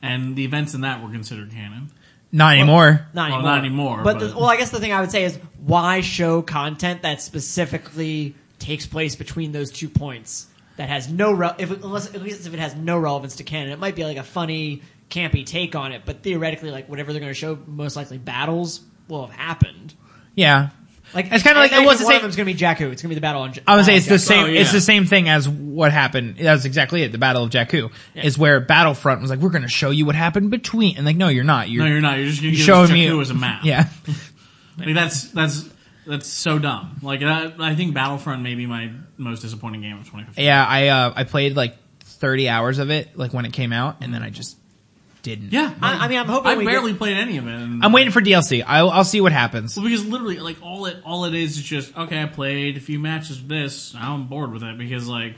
Speaker 3: And the events in that were considered canon.
Speaker 1: Not anymore.
Speaker 2: Not
Speaker 3: Well,
Speaker 2: anymore.
Speaker 3: not anymore,
Speaker 2: But, the,
Speaker 3: but-
Speaker 2: well, I guess the thing I would say is why show content that specifically takes place between those two points that has no re- if, unless at least if it has no relevance to canon, it might be like a funny, campy take on it. But theoretically, like whatever they're going to show, most likely battles will have happened.
Speaker 1: Yeah.
Speaker 2: Like
Speaker 1: It's kinda
Speaker 2: and
Speaker 1: like- it
Speaker 2: then
Speaker 1: was the
Speaker 2: one
Speaker 1: same-
Speaker 2: of them's going to be Jakku. It's going to be the battle on. J-
Speaker 1: I would say
Speaker 2: on
Speaker 1: it's the
Speaker 2: Jakku.
Speaker 1: same.
Speaker 3: Oh,
Speaker 1: It's
Speaker 3: yeah.
Speaker 1: the same thing as what happened. That's exactly it. The Battle of Jakku is where Battlefront was like, "We're going to show you what happened between," and like, "No, you're not. You're,
Speaker 3: No, you're not. You're just going to give
Speaker 1: showing
Speaker 3: us
Speaker 1: me
Speaker 3: Jakku as a map.
Speaker 1: yeah."
Speaker 3: Like, that's, that's, that's so dumb. Like, that, I think Battlefront may be my most disappointing game of 2015.
Speaker 1: Yeah, I uh, I played like 30 hours of it like when it came out, and then I just didn't.
Speaker 3: Yeah.
Speaker 2: I, I mean, I'm hoping
Speaker 3: I
Speaker 2: we get-
Speaker 3: barely played any of it. and-
Speaker 1: I'm waiting for DLC. I'll, I'll see what happens.
Speaker 3: Well, because literally, like all it all it is is just okay. I played a few matches of this. Now I'm bored with it because like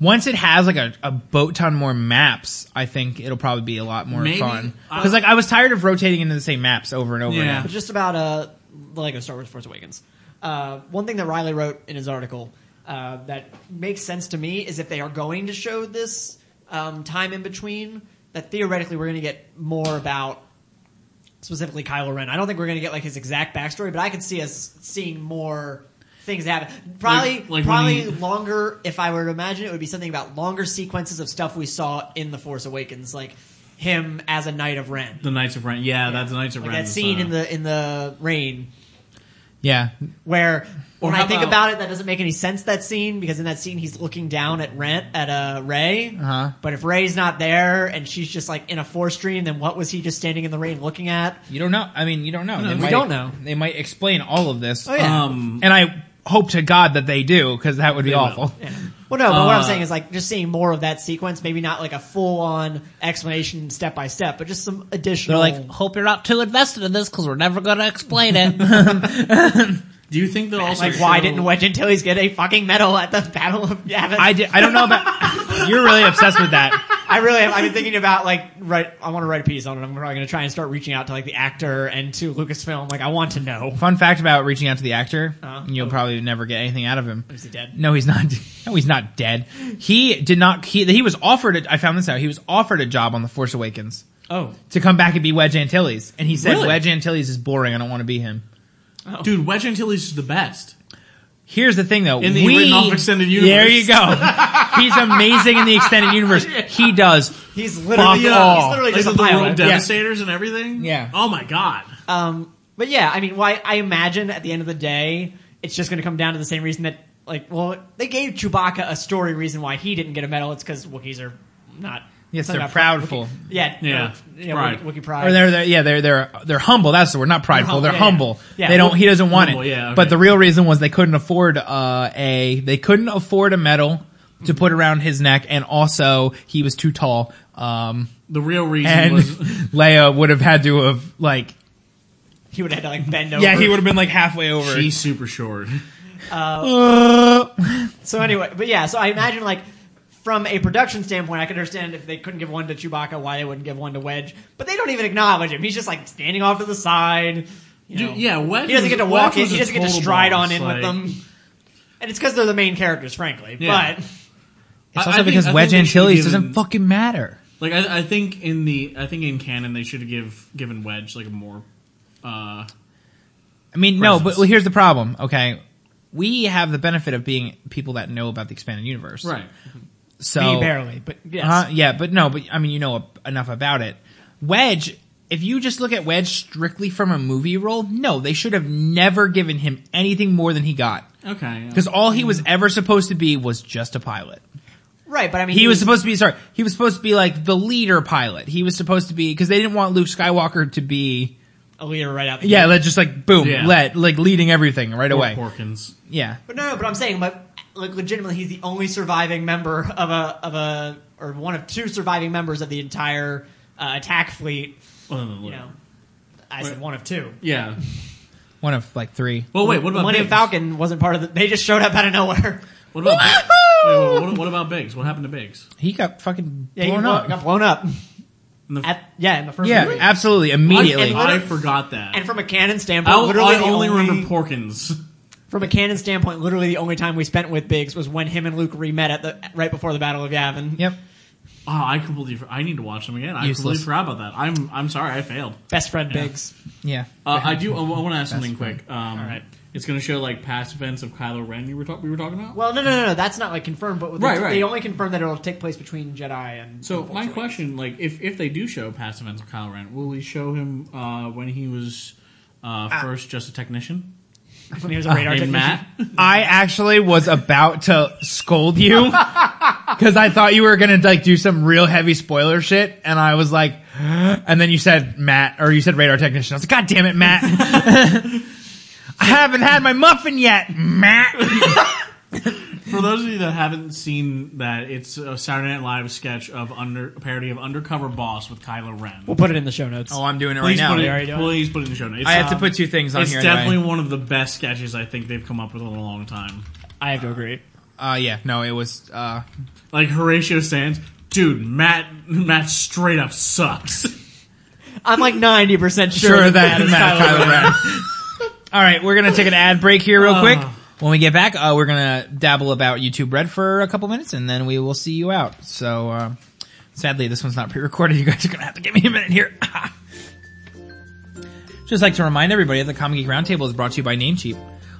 Speaker 1: Once it has like a, a boat ton more maps, I think it'll probably be a lot more
Speaker 3: Maybe.
Speaker 1: fun.
Speaker 2: Uh,
Speaker 3: I-
Speaker 1: Because like I was tired of rotating into the same maps over and over.
Speaker 3: Yeah.
Speaker 1: now.
Speaker 2: But just about uh, the Lego Star Wars Force Awakens. Uh, one thing that Riley wrote in his article uh, that makes sense to me is if they are going to show this um, time in between, that theoretically we're going to get more about specifically Kylo Ren. I don't think we're going to get like his exact backstory, but I could see us seeing more things happen. Probably,
Speaker 3: Like- like when
Speaker 2: probably
Speaker 3: he-
Speaker 2: longer. If I were to imagine, it would be something about longer sequences of stuff we saw in the Force Awakens, like him as a Knight of Ren.
Speaker 3: the Knights of Ren. Yeah, that's the Knights of
Speaker 2: Like
Speaker 3: Ren.
Speaker 2: that
Speaker 3: is,
Speaker 2: scene
Speaker 3: uh,
Speaker 2: in the in the rain
Speaker 1: yeah.
Speaker 2: where when
Speaker 3: how
Speaker 2: I think
Speaker 3: about-
Speaker 2: about it, that doesn't make any sense. That scene because in that scene he's looking down at Rent at uh, Ray.
Speaker 1: Uh-huh.
Speaker 2: But if Ray's not there and she's just like in a force dream, then what was he just standing in the rain looking at?
Speaker 1: You don't know. I mean, you don't know. They
Speaker 2: we
Speaker 1: might-
Speaker 2: don't know.
Speaker 1: They might explain all of this.
Speaker 2: Oh, yeah.
Speaker 3: Um,
Speaker 1: And I hope to God that they do, because that would be
Speaker 3: They will.
Speaker 1: awful.
Speaker 2: Well, no. But what I'm
Speaker 3: Uh,
Speaker 2: saying is like just seeing more of that sequence, maybe not like a full on explanation step by step, but just some
Speaker 1: They're
Speaker 2: additional.
Speaker 1: like, hope you're not too invested in this, because we're never going to explain it.
Speaker 3: do you think they'll also
Speaker 2: Like, why
Speaker 3: show-
Speaker 2: didn't Wedge Antilles get a fucking medal at the Battle of Yavin?
Speaker 1: I, di- I don't know about. You're really obsessed with that.
Speaker 2: I really have. I've been thinking about like write. I want to write a piece on it. I'm probably going to try and start reaching out to like the actor and to Lucasfilm. Like I want to know.
Speaker 1: Fun fact about reaching out to the actor:
Speaker 2: Uh,
Speaker 1: you'll
Speaker 2: oh.
Speaker 1: probably never get anything out of him.
Speaker 2: Is he dead?
Speaker 1: No, he's not. No, he's not dead. He did not. He, he was offered. A, I found this out. He was offered a job on The Force Awakens
Speaker 2: Oh,
Speaker 1: to come back and be Wedge Antilles, and he said
Speaker 3: Really?
Speaker 1: Wedge Antilles is boring. I don't want to be him.
Speaker 3: Dude, Wedge Antilles is the best.
Speaker 1: Here's the thing, though.
Speaker 3: In the
Speaker 1: we,
Speaker 3: written off extended universe.
Speaker 1: There you go. he's amazing in the extended universe. He does.
Speaker 2: he's literally.
Speaker 1: Fuck
Speaker 2: uh,
Speaker 1: all.
Speaker 2: he's literally
Speaker 3: Like
Speaker 2: just
Speaker 3: the
Speaker 2: a
Speaker 3: world
Speaker 2: pilot.
Speaker 3: devastators and everything.
Speaker 1: Yeah.
Speaker 3: Oh my god.
Speaker 2: Um, but yeah, I mean, why? I imagine at the end of the day, it's just going to come down to the same reason that like, well, they gave Chewbacca a story reason why he didn't get a medal. It's because Wookiees are not.
Speaker 1: Yes,
Speaker 2: something
Speaker 1: they're
Speaker 2: about-
Speaker 1: proudful.
Speaker 2: Wookie- Yeah,
Speaker 3: Yeah,
Speaker 2: or, yeah,
Speaker 3: pride.
Speaker 2: Wookie, Wookie
Speaker 1: Or
Speaker 2: pride.
Speaker 1: they're, they're yeah they're they're they're humble. That's the word, not prideful. They're
Speaker 2: They're humble,
Speaker 1: humble.
Speaker 2: yeah, yeah.
Speaker 1: They
Speaker 2: Yeah.
Speaker 1: don't. He doesn't want
Speaker 3: Humble,
Speaker 1: it.
Speaker 3: yeah, okay.
Speaker 1: But the real reason was they couldn't afford uh, a they couldn't afford a medal to put around his neck, and also he was too tall. Um,
Speaker 3: The real reason
Speaker 1: and
Speaker 3: was
Speaker 1: Leia would have had to have like
Speaker 2: he would have had to like bend over.
Speaker 1: yeah he would have been like halfway over.
Speaker 3: she's super short.
Speaker 1: Uh,
Speaker 2: So anyway, but yeah, so I imagine like from a production standpoint, I could understand if they couldn't give one to Chewbacca, why they wouldn't give one to Wedge. But they don't even acknowledge him. He's just like standing off to the side. You
Speaker 3: Dude,
Speaker 2: know.
Speaker 3: yeah, Wedge
Speaker 2: He doesn't
Speaker 3: was-
Speaker 2: get to
Speaker 3: Wedge
Speaker 2: walk in.
Speaker 3: was
Speaker 2: He
Speaker 3: a
Speaker 2: doesn't get to
Speaker 3: total
Speaker 2: stride
Speaker 3: boss,
Speaker 2: on in
Speaker 3: like-
Speaker 2: with them. And it's because they're the main characters, frankly.
Speaker 3: Yeah.
Speaker 2: But
Speaker 1: it's
Speaker 3: I- I
Speaker 1: also
Speaker 3: think- I
Speaker 1: because
Speaker 3: think
Speaker 1: Wedge
Speaker 3: they should've
Speaker 1: Antilles
Speaker 3: given-
Speaker 1: doesn't fucking matter.
Speaker 3: Like I, I think in the I think in canon they should have give given Wedge like a more uh
Speaker 1: I mean, no, but
Speaker 3: presence.
Speaker 1: well, here's the problem. Okay, we have the benefit of being people that know about the expanded universe,
Speaker 3: right.
Speaker 1: So
Speaker 2: me barely. But yes,
Speaker 1: Uh, yeah, but no, but I mean, you know a- enough about it. Wedge, if you just look at Wedge strictly from a movie role, no, they should have never given him anything more than he got.
Speaker 3: Okay.
Speaker 1: Because all he was ever supposed to be was just a pilot.
Speaker 2: right. But I mean,
Speaker 1: He was supposed to be, sorry, he was supposed to be like the leader pilot. He was supposed to be, because they didn't want Luke Skywalker to be
Speaker 2: Alita right out. The
Speaker 1: Yeah,
Speaker 2: gate.
Speaker 1: let just like boom,
Speaker 3: Yeah.
Speaker 1: let like leading everything right
Speaker 3: Or
Speaker 1: away.
Speaker 3: Porkins.
Speaker 1: Yeah,
Speaker 2: But no, no, but I'm saying, like, like, legitimately, he's the only surviving member of a of a or one of two surviving members of the entire uh, attack fleet.
Speaker 3: Well, Oh, no, no,
Speaker 2: You
Speaker 3: no.
Speaker 2: know, I said one of two.
Speaker 3: Yeah.
Speaker 1: one of like three.
Speaker 3: Well, wait. What
Speaker 2: The
Speaker 3: about
Speaker 2: Millennium
Speaker 3: Biggs?
Speaker 2: Falcon wasn't part of the. They just showed up out of nowhere.
Speaker 3: What about Biggs? Wait, wait, wait, what, what about Biggs? What happened to Biggs?
Speaker 1: He got fucking
Speaker 2: Yeah,
Speaker 1: blown
Speaker 2: he
Speaker 1: up.
Speaker 2: got blown up.
Speaker 3: In the-
Speaker 2: At, yeah, in the first
Speaker 1: yeah,
Speaker 2: movie.
Speaker 1: absolutely, immediately.
Speaker 3: I forgot that.
Speaker 2: And from a canon standpoint,
Speaker 3: I,
Speaker 2: literally
Speaker 3: Oh, I
Speaker 2: the
Speaker 3: only
Speaker 2: only,
Speaker 3: remember Porkins.
Speaker 2: from a canon standpoint, literally the only time we spent with Biggs was when him and Luke re-met at the right before the Battle of Yavin.
Speaker 1: Yep.
Speaker 3: Oh, I completely. for- I need to watch them again. I
Speaker 1: Useless.
Speaker 3: completely forgot about that. I'm. I'm sorry. I failed.
Speaker 2: Best friend Biggs.
Speaker 1: Yeah.
Speaker 3: Uh, I do. I, want to ask something
Speaker 1: friend.
Speaker 3: quick. Um, All right. It's going to show like past events of Kylo Ren. You were talk, we were talking about.
Speaker 2: Well, no, no, no, no. That's not like confirmed, but they,
Speaker 3: Right, right.
Speaker 2: they only confirmed that it'll take place between Jedi and.
Speaker 3: So my
Speaker 2: Force Awakens.
Speaker 3: question, like, if if they do show past events of Kylo Ren, will we show him uh, when he was uh, first just a technician?
Speaker 2: when he was a radar
Speaker 3: Named
Speaker 2: technician.
Speaker 3: Matt.
Speaker 1: I actually was about to scold you because I thought you were gonna like do some real heavy spoiler shit, and I was like, and then you said Matt or you said radar technician. I was like, God damn it, Matt! I haven't had my muffin yet, Matt.
Speaker 3: For those of you that haven't seen that, it's a Saturday Night Live sketch of under a parody of Undercover Boss with Kylo Ren.
Speaker 2: We'll put it in the show notes.
Speaker 3: Oh,
Speaker 1: I'm doing it
Speaker 3: Please put
Speaker 2: Are you
Speaker 3: it.
Speaker 2: doing
Speaker 3: Please put it in the show notes.
Speaker 1: I have to
Speaker 3: Um,
Speaker 1: put two things on
Speaker 3: It's
Speaker 1: here.
Speaker 3: definitely
Speaker 1: anyway.
Speaker 3: one of the best sketches I think they've come up with in a long time.
Speaker 2: I have to agree.
Speaker 1: Uh, yeah, no, it was. Uh,
Speaker 3: Like Horatio Sands, dude, Matt Matt straight up sucks.
Speaker 2: I'm like 90 percent sure,
Speaker 1: sure, that
Speaker 2: is
Speaker 1: Matt
Speaker 2: Kylo Ren.
Speaker 1: Kylo Ren. All right, we're gonna take an ad break here real
Speaker 3: Ah.
Speaker 1: quick. When we get back, uh, we're gonna dabble about YouTube Red for a couple minutes, and then we will see you out. So, uh, sadly, this one's not pre-recorded. You guys are gonna have to give me a minute here. Just like to remind everybody that the Comic Geek Roundtable is brought to you by Namecheap.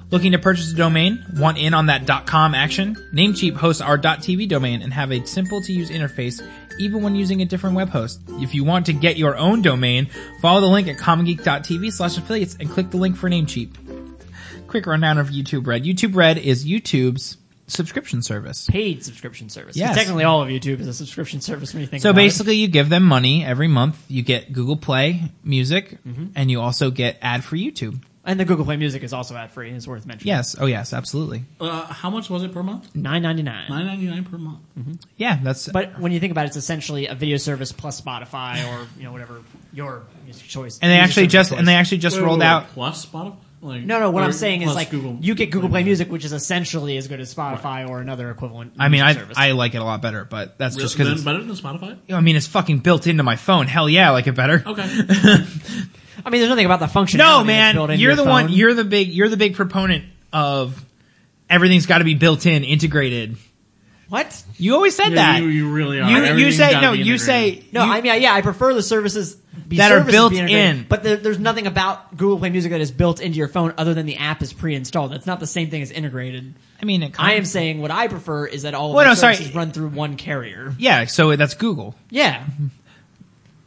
Speaker 1: Looking to purchase a domain? Want in on that .com action? Namecheap hosts our .tv domain and have a simple to use interface even when using a different web host. If you want to get your own domain, follow the link at comicgeek.tv slash affiliates and click the link for Namecheap. Quick rundown of YouTube Red. YouTube Red is YouTube's subscription service.
Speaker 2: Paid subscription service. 'Cause
Speaker 1: Yes.
Speaker 2: Technically, all of YouTube is a subscription service when you think
Speaker 1: So
Speaker 2: about it.
Speaker 1: basically, you give them money every month. You get Google Play Music, and you also get ad for YouTube.
Speaker 2: And the Google Play Music is also ad free. It's worth mentioning.
Speaker 1: Yes. Oh, yes. Absolutely.
Speaker 3: uh, how much was it per month?
Speaker 2: Nine ninety nine.
Speaker 3: Nine ninety nine per month.
Speaker 1: Yeah. That's.
Speaker 2: But when you think about it, it's essentially a video service plus Spotify or you know whatever your music choice.
Speaker 1: and they
Speaker 2: music
Speaker 1: actually
Speaker 2: service
Speaker 1: just
Speaker 2: choice.
Speaker 1: and they actually just
Speaker 3: Wait, wait,
Speaker 1: rolled
Speaker 3: wait,
Speaker 1: out.
Speaker 3: plus Spotify. Like,
Speaker 2: no no. What
Speaker 3: or
Speaker 2: I'm saying is
Speaker 3: plus
Speaker 2: like
Speaker 3: Google.
Speaker 2: you get Google Play Music, which is essentially as good as Spotify or another equivalent.
Speaker 1: I mean,
Speaker 2: music
Speaker 1: I
Speaker 2: service.
Speaker 1: I like it a lot better, but that's
Speaker 3: Really?
Speaker 1: just because
Speaker 3: Then
Speaker 1: it's.
Speaker 3: better than Spotify.
Speaker 1: I mean, it's fucking built into my phone. Hell yeah, I like it better.
Speaker 3: Okay.
Speaker 2: I mean, there's nothing about the functionality.
Speaker 1: No,
Speaker 2: that's built
Speaker 1: man,
Speaker 2: into
Speaker 1: you're
Speaker 2: your
Speaker 1: the one.
Speaker 2: phone.
Speaker 1: You're the big. You're the big proponent of everything's got to be built in, integrated.
Speaker 2: what?
Speaker 1: You always said
Speaker 3: Yeah,
Speaker 1: that.
Speaker 3: you, you really are.
Speaker 1: You- you
Speaker 3: Everything's
Speaker 1: say
Speaker 3: gotta
Speaker 1: no.
Speaker 3: be
Speaker 1: You
Speaker 3: integrated.
Speaker 1: say
Speaker 2: No,
Speaker 1: you-
Speaker 2: I mean, yeah, I prefer the services be
Speaker 1: That are
Speaker 2: services
Speaker 1: built
Speaker 2: be integrated,
Speaker 1: in.
Speaker 2: but there, there's nothing about Google Play Music that is built into your phone other than the app is pre-installed. That's not the same thing as integrated.
Speaker 1: I mean, it
Speaker 2: I am saying what I prefer is that all of
Speaker 1: Well,
Speaker 2: the
Speaker 1: no, sorry.
Speaker 2: services run through one carrier.
Speaker 1: Yeah, so that's Google.
Speaker 2: Yeah,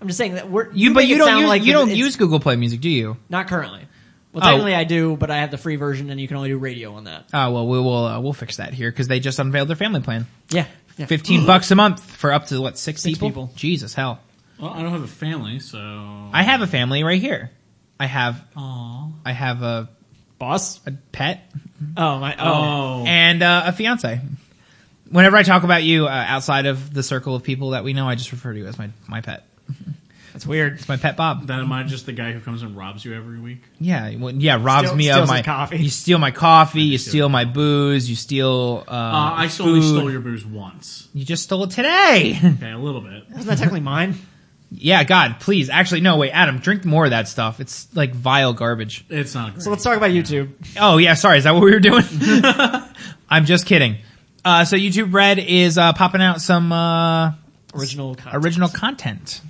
Speaker 2: I'm just saying that we're
Speaker 1: You, but
Speaker 2: make
Speaker 1: you
Speaker 2: it
Speaker 1: don't
Speaker 2: sound
Speaker 1: use,
Speaker 2: like
Speaker 1: you
Speaker 2: it's-
Speaker 1: don't
Speaker 2: it's-
Speaker 1: use Google Play Music, do you?
Speaker 2: not currently. Well,
Speaker 1: Oh.
Speaker 2: technically I do, but I have the free version, and you can only do radio on that.
Speaker 1: Ah, well, we will uh, we'll fix that here because they just unveiled their family plan.
Speaker 2: Yeah, yeah.
Speaker 1: Fifteen bucks a month for up to what six,
Speaker 2: Six
Speaker 1: people?
Speaker 2: people.
Speaker 1: Jesus hell!
Speaker 3: Well, I don't have a family, so. I,
Speaker 1: I have a family right here. I have
Speaker 3: Aww.
Speaker 1: I have a,
Speaker 2: boss.
Speaker 1: a pet
Speaker 2: Oh my. Oh,
Speaker 3: Oh.
Speaker 1: and uh, a fiance. Whenever I talk about you uh, outside of the circle of people that we know, I just refer to you as my my pet.
Speaker 2: that's weird.
Speaker 1: It's my pet Bob.
Speaker 3: Then am I just the guy who comes and robs you every week?
Speaker 1: Yeah, well, yeah, robs
Speaker 2: Steal-
Speaker 1: me
Speaker 2: steals
Speaker 1: of my
Speaker 2: his coffee.
Speaker 1: You steal my coffee. You steal my booze. You steal. Uh,
Speaker 3: Uh, I still only stole your booze once.
Speaker 1: You just stole it today.
Speaker 3: Okay, a little bit.
Speaker 2: Wasn't that technically mine?
Speaker 1: Yeah, God, please. Actually, no, wait, Adam, drink more of that stuff. It's like vile garbage.
Speaker 3: It's not great.
Speaker 2: So let's talk about YouTube.
Speaker 1: Oh, yeah, sorry. Is that what we were doing? I'm just kidding. Uh, so YouTube Red is uh, popping out some uh,
Speaker 2: Original content.
Speaker 1: original content.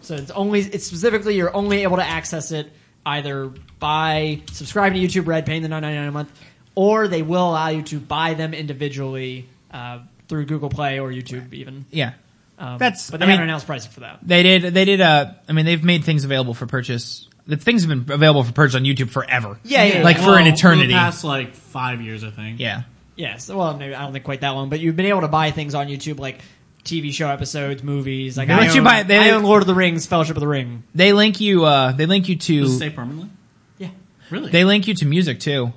Speaker 2: So it's only it's specifically you're only able to access it either by subscribing to YouTube Red, paying the nine ninety nine a month, or they will allow you to buy them individually uh, through Google Play or YouTube even.
Speaker 1: Yeah.
Speaker 2: Um,
Speaker 1: That's-
Speaker 2: but they
Speaker 1: I mean-
Speaker 2: haven't announced pricing for that.
Speaker 1: They did, they did, uh, I mean, they've made things available for purchase. The things have been available for purchase on YouTube forever.
Speaker 2: Yeah, yeah, yeah.
Speaker 1: Like for
Speaker 3: Well,
Speaker 1: an
Speaker 3: The
Speaker 1: eternity.
Speaker 3: past like five years, I think.
Speaker 1: Yeah.
Speaker 2: Yes, well, maybe I don't think quite that long, but you've been able to buy things on YouTube like TV show episodes, movies. Like
Speaker 1: They
Speaker 2: I
Speaker 1: let you
Speaker 2: own-
Speaker 1: buy- they-
Speaker 2: I own Lord of the Rings, Fellowship of the Ring.
Speaker 1: They link you. Uh, they link you to.
Speaker 3: Does it stay permanently?
Speaker 2: Yeah.
Speaker 3: Really?
Speaker 1: They link you to music too.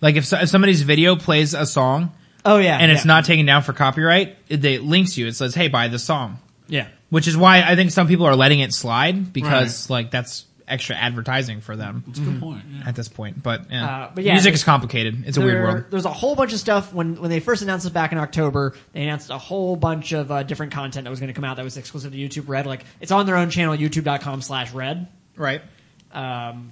Speaker 1: Like if, so, if somebody's video plays a song
Speaker 2: Oh yeah,
Speaker 1: and it's
Speaker 2: yeah.
Speaker 1: not taken down for copyright, it, they it links you. It says, "Hey, buy this song,"
Speaker 2: Yeah.
Speaker 1: which is why I think some people are letting it slide because like that's extra advertising for them
Speaker 3: That's a good point. yeah.
Speaker 1: at this point. But, yeah.
Speaker 2: Uh, but yeah,
Speaker 1: music
Speaker 2: there's-
Speaker 1: is complicated. It's a
Speaker 2: There-
Speaker 1: weird world.
Speaker 2: There's a whole bunch of stuff when when they first announced this back in October. They announced a whole bunch of uh, different content that was going to come out that was exclusive to YouTube Red. Like it's on their own channel, YouTube.com/slash Red.
Speaker 1: Right.
Speaker 2: Um,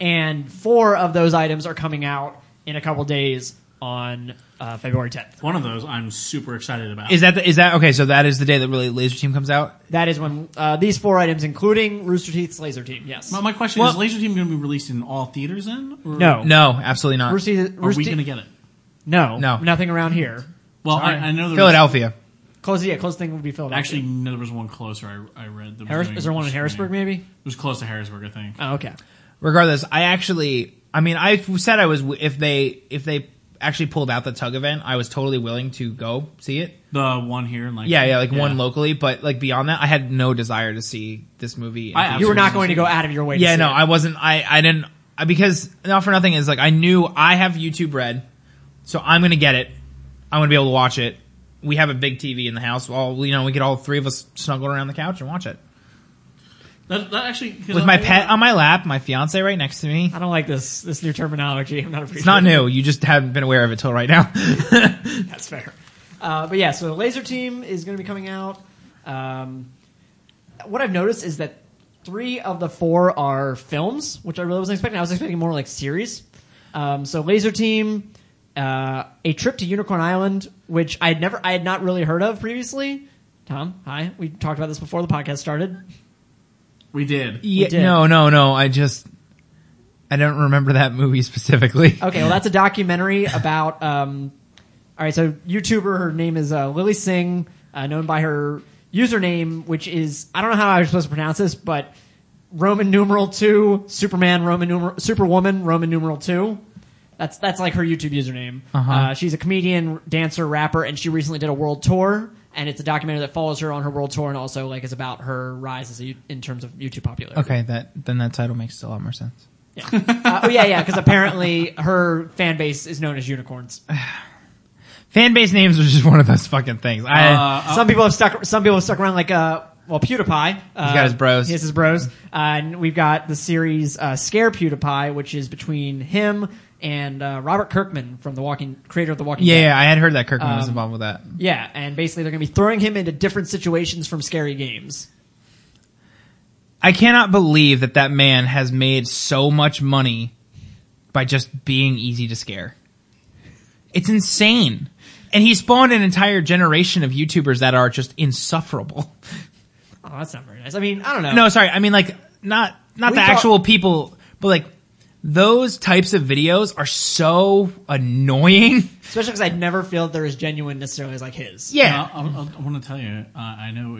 Speaker 2: and four of those items are coming out in a couple days on uh, February 10th.
Speaker 3: One of those I'm super excited about.
Speaker 1: Is that the, is that okay? So that is the day that really Laser Team comes out.
Speaker 2: That is when uh, these four items, including Rooster Teeth's Laser Team. Yes.
Speaker 3: my, my question is
Speaker 1: Well-
Speaker 3: Laser Team going to be released in all theaters then? Or
Speaker 2: no.
Speaker 1: No, absolutely not.
Speaker 2: Rooster Teeth.
Speaker 3: Are
Speaker 2: Rooster
Speaker 3: we
Speaker 2: Teeth-
Speaker 3: going to get it?
Speaker 2: no.
Speaker 1: No.
Speaker 2: Nothing around here.
Speaker 3: Well, I,
Speaker 1: Sorry.
Speaker 3: I know there was,
Speaker 1: Philadelphia.
Speaker 2: Close. Yeah. Close thing would be Philadelphia.
Speaker 3: actually no, there was one closer. I, I read. that was
Speaker 2: Harris,
Speaker 3: doing
Speaker 2: is there one in
Speaker 3: streaming.
Speaker 2: Harrisburg? Maybe.
Speaker 3: It was close to Harrisburg, I think.
Speaker 2: Oh, okay.
Speaker 1: Regardless, I actually, I mean, I said I was w- if they if they actually pulled out the tug event, I was totally willing to go see it.
Speaker 3: The one here in like
Speaker 1: Yeah, yeah, like one locally, but like beyond that, I had no desire to see this movie. in
Speaker 3: I
Speaker 1: theaters.
Speaker 2: You were not
Speaker 3: Absolutely.
Speaker 2: going to go out of your way. To
Speaker 1: yeah,
Speaker 2: see
Speaker 1: no,
Speaker 2: it.
Speaker 1: I wasn't. I I didn't I, because not for nothing is like I knew I have YouTube Red, so I'm gonna get it. I'm gonna be able to watch it. We have a big TV in the house. All you know, we get all three of us snuggled around the couch and watch it
Speaker 3: That, that actually 'cause
Speaker 1: with
Speaker 3: I-
Speaker 1: my pet on my lap, my fiance right next to me.
Speaker 2: I don't like this this new terminology. I'm not.
Speaker 1: It's not new. You just haven't been aware of it till right now.
Speaker 2: That's fair. Uh, but yeah, so the Laser Team is going to be coming out. Um, what I've noticed is that three of the four are films, which I really wasn't expecting. I was expecting more like series. Um, so Laser Team, uh, a trip to Unicorn Island, which I had never, I had not really heard of previously. Tom, hi. We talked about this before the podcast started.
Speaker 3: We did.
Speaker 1: yeah,
Speaker 2: did.
Speaker 1: no, no, no. I just I don't remember that movie specifically.
Speaker 2: Okay, well, that's a documentary about. Um, all right, so YouTuber, her name is uh, Lily Singh, uh, known by her username, which is I don't know how I was supposed to pronounce this, but Roman numeral two, Superman, Roman numeral, Superwoman, Roman numeral two. That's that's like her YouTube username.
Speaker 1: Uh-huh.
Speaker 2: Uh, she's a comedian, dancer, rapper, and she recently did a world tour. And it's a documentary that follows her on her world tour, and also like is about her rise as a, you- in terms of YouTube popularity.
Speaker 1: Okay, that then that title makes a lot more sense.
Speaker 2: Uh, oh yeah, yeah, because apparently her fan base is known as unicorns.
Speaker 1: Fan base names are just one of those fucking things. I
Speaker 3: Uh,
Speaker 2: some people have stuck. Some people have stuck around like uh, well, PewDiePie. Uh,
Speaker 1: got his bros.
Speaker 2: He has his bros, uh, and we've got the series uh, Scare PewDiePie, which is between him and uh, Robert Kirkman from the Walking creator of the Walking
Speaker 1: yeah,
Speaker 2: Dead.
Speaker 1: yeah, I had heard that Kirkman was
Speaker 2: Um,
Speaker 1: involved with that.
Speaker 2: yeah, and basically they're going to be throwing him into different situations from scary games.
Speaker 1: I cannot believe that that man has made so much money by just being easy to scare. It's insane. And he spawned an entire generation of YouTubers that are just insufferable.
Speaker 2: Oh, that's not very nice. I mean, I don't know.
Speaker 1: No, sorry. I mean, like, not, not
Speaker 2: We
Speaker 1: the
Speaker 2: thought-
Speaker 1: actual people, but like, those types of videos are so annoying.
Speaker 2: especially because I never feel there is genuine necessarily as like his.
Speaker 1: Yeah.
Speaker 3: I, want to tell you. Uh, I know.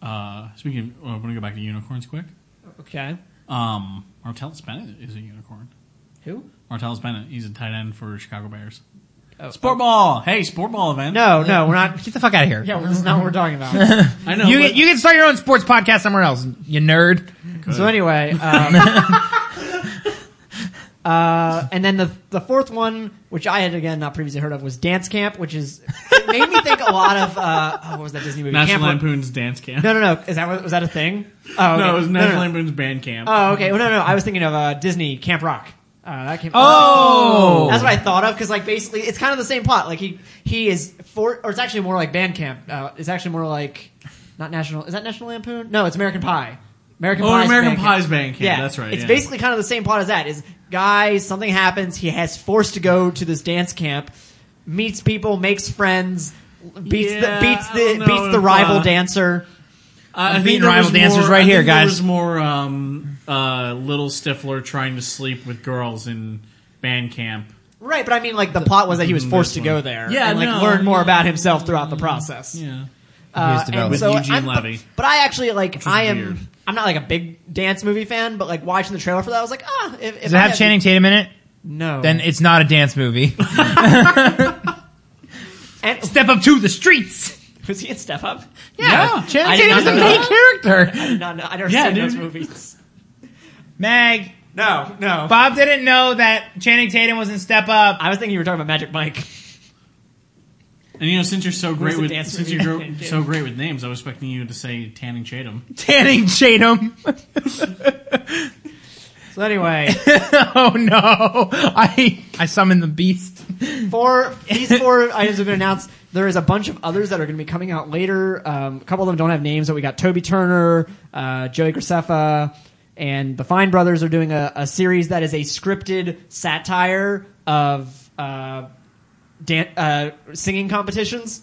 Speaker 3: Uh, speaking, of, I want to go back to unicorns quick.
Speaker 2: Okay.
Speaker 3: Um, Martellus Bennett is a unicorn.
Speaker 2: Who?
Speaker 3: Martellus Bennett. He's a tight end for Chicago Bears.
Speaker 2: Oh,
Speaker 3: Sport ball. Hey, sport ball event.
Speaker 2: No, no, we're not.
Speaker 1: Get the fuck out of here.
Speaker 2: Yeah, well, that's not what we're talking about.
Speaker 3: I know.
Speaker 1: You,
Speaker 3: but-
Speaker 1: you can start your own sports podcast somewhere else, you nerd.
Speaker 2: so anyway, um, Uh, and then the the fourth one, which I had again not previously heard of, was Dance Camp, which is it made me think a lot of uh, oh, what was that Disney movie?
Speaker 3: National
Speaker 2: Camp Rock-
Speaker 3: Lampoon's dance camp.
Speaker 2: No, no, no. Is that what- was that a thing? Oh, okay.
Speaker 3: No, it was National
Speaker 2: no, no.
Speaker 3: Lampoon's band camp.
Speaker 2: Oh, okay. Well, no, no. I was thinking of uh, Disney Camp Rock. Uh, that came.
Speaker 1: Oh.
Speaker 2: that's what I thought of because, like, basically, it's kind of the same plot. Like, he he is for, or it's actually more like Band Camp. Uh, it's actually more like not National. Is that National Lampoon? No, it's American Pie. American
Speaker 3: Oh,
Speaker 2: Pie.
Speaker 3: American Pie's Band Camp. That's right,
Speaker 2: It's
Speaker 3: yeah.
Speaker 2: basically kind of the same plot as that. Is guy something happens? He has forced to go to this dance camp, meets people, makes friends, beats
Speaker 3: Yeah,
Speaker 2: the beats
Speaker 3: I
Speaker 2: the
Speaker 3: don't know
Speaker 2: beats the
Speaker 3: if,
Speaker 2: rival
Speaker 3: uh,
Speaker 2: dancer.
Speaker 3: I- I think
Speaker 1: beating
Speaker 3: there
Speaker 1: rival
Speaker 3: was
Speaker 1: dancers
Speaker 3: more-
Speaker 1: right
Speaker 3: I
Speaker 1: here,
Speaker 3: think There
Speaker 1: guys.
Speaker 3: was more um, uh, little Stifler trying to sleep with girls in band camp.
Speaker 2: Right, but I mean, like the plot was that he was
Speaker 3: Mm,
Speaker 2: forced
Speaker 3: this
Speaker 2: to go
Speaker 3: one.
Speaker 2: there,
Speaker 3: Yeah,
Speaker 2: and like
Speaker 3: no,
Speaker 2: learn more
Speaker 3: yeah.
Speaker 2: about himself throughout the process.
Speaker 3: Yeah.
Speaker 2: Uh,
Speaker 1: He is
Speaker 2: and
Speaker 1: developed.
Speaker 2: so
Speaker 3: With Eugene
Speaker 2: I'm- but-
Speaker 3: Levy.
Speaker 2: But I actually like
Speaker 3: was
Speaker 2: I am.
Speaker 3: weird.
Speaker 2: I'm not like a big dance movie fan, but like watching the trailer for that, I was like, ah. If, if
Speaker 1: Does it
Speaker 2: I
Speaker 1: have
Speaker 2: had-
Speaker 1: Channing Tatum in it?
Speaker 2: No.
Speaker 1: Then it's not a dance movie.
Speaker 2: And
Speaker 1: Step up to the streets.
Speaker 2: was he in Step Up?
Speaker 1: Yeah,
Speaker 2: I
Speaker 1: Channing
Speaker 2: did
Speaker 1: Tatum's the
Speaker 2: not
Speaker 1: main
Speaker 2: know.
Speaker 1: character.
Speaker 2: No, no, I don't
Speaker 3: Yeah,
Speaker 2: see those
Speaker 3: dude.
Speaker 2: movies.
Speaker 1: Meg,
Speaker 2: No, no.
Speaker 1: Bob didn't know that Channing Tatum was in Step Up.
Speaker 2: I was thinking you were talking about Magic Mike.
Speaker 3: And you know, since you're so great
Speaker 2: the
Speaker 3: with
Speaker 2: dancer?
Speaker 3: since you're gro- so great with names, I was expecting you to say Tanning Chatham.
Speaker 1: Channing Tatum.
Speaker 2: So anyway,
Speaker 1: oh no! I I summoned the beast.
Speaker 2: four these four items have been announced. There is a bunch of others that are going to be coming out later. Um, a couple of them don't have names, but we got Toby Turner, uh, Joey Graceffa, and the Fine Brothers are doing a, a series that is a scripted satire of uh, dan- uh, singing competitions.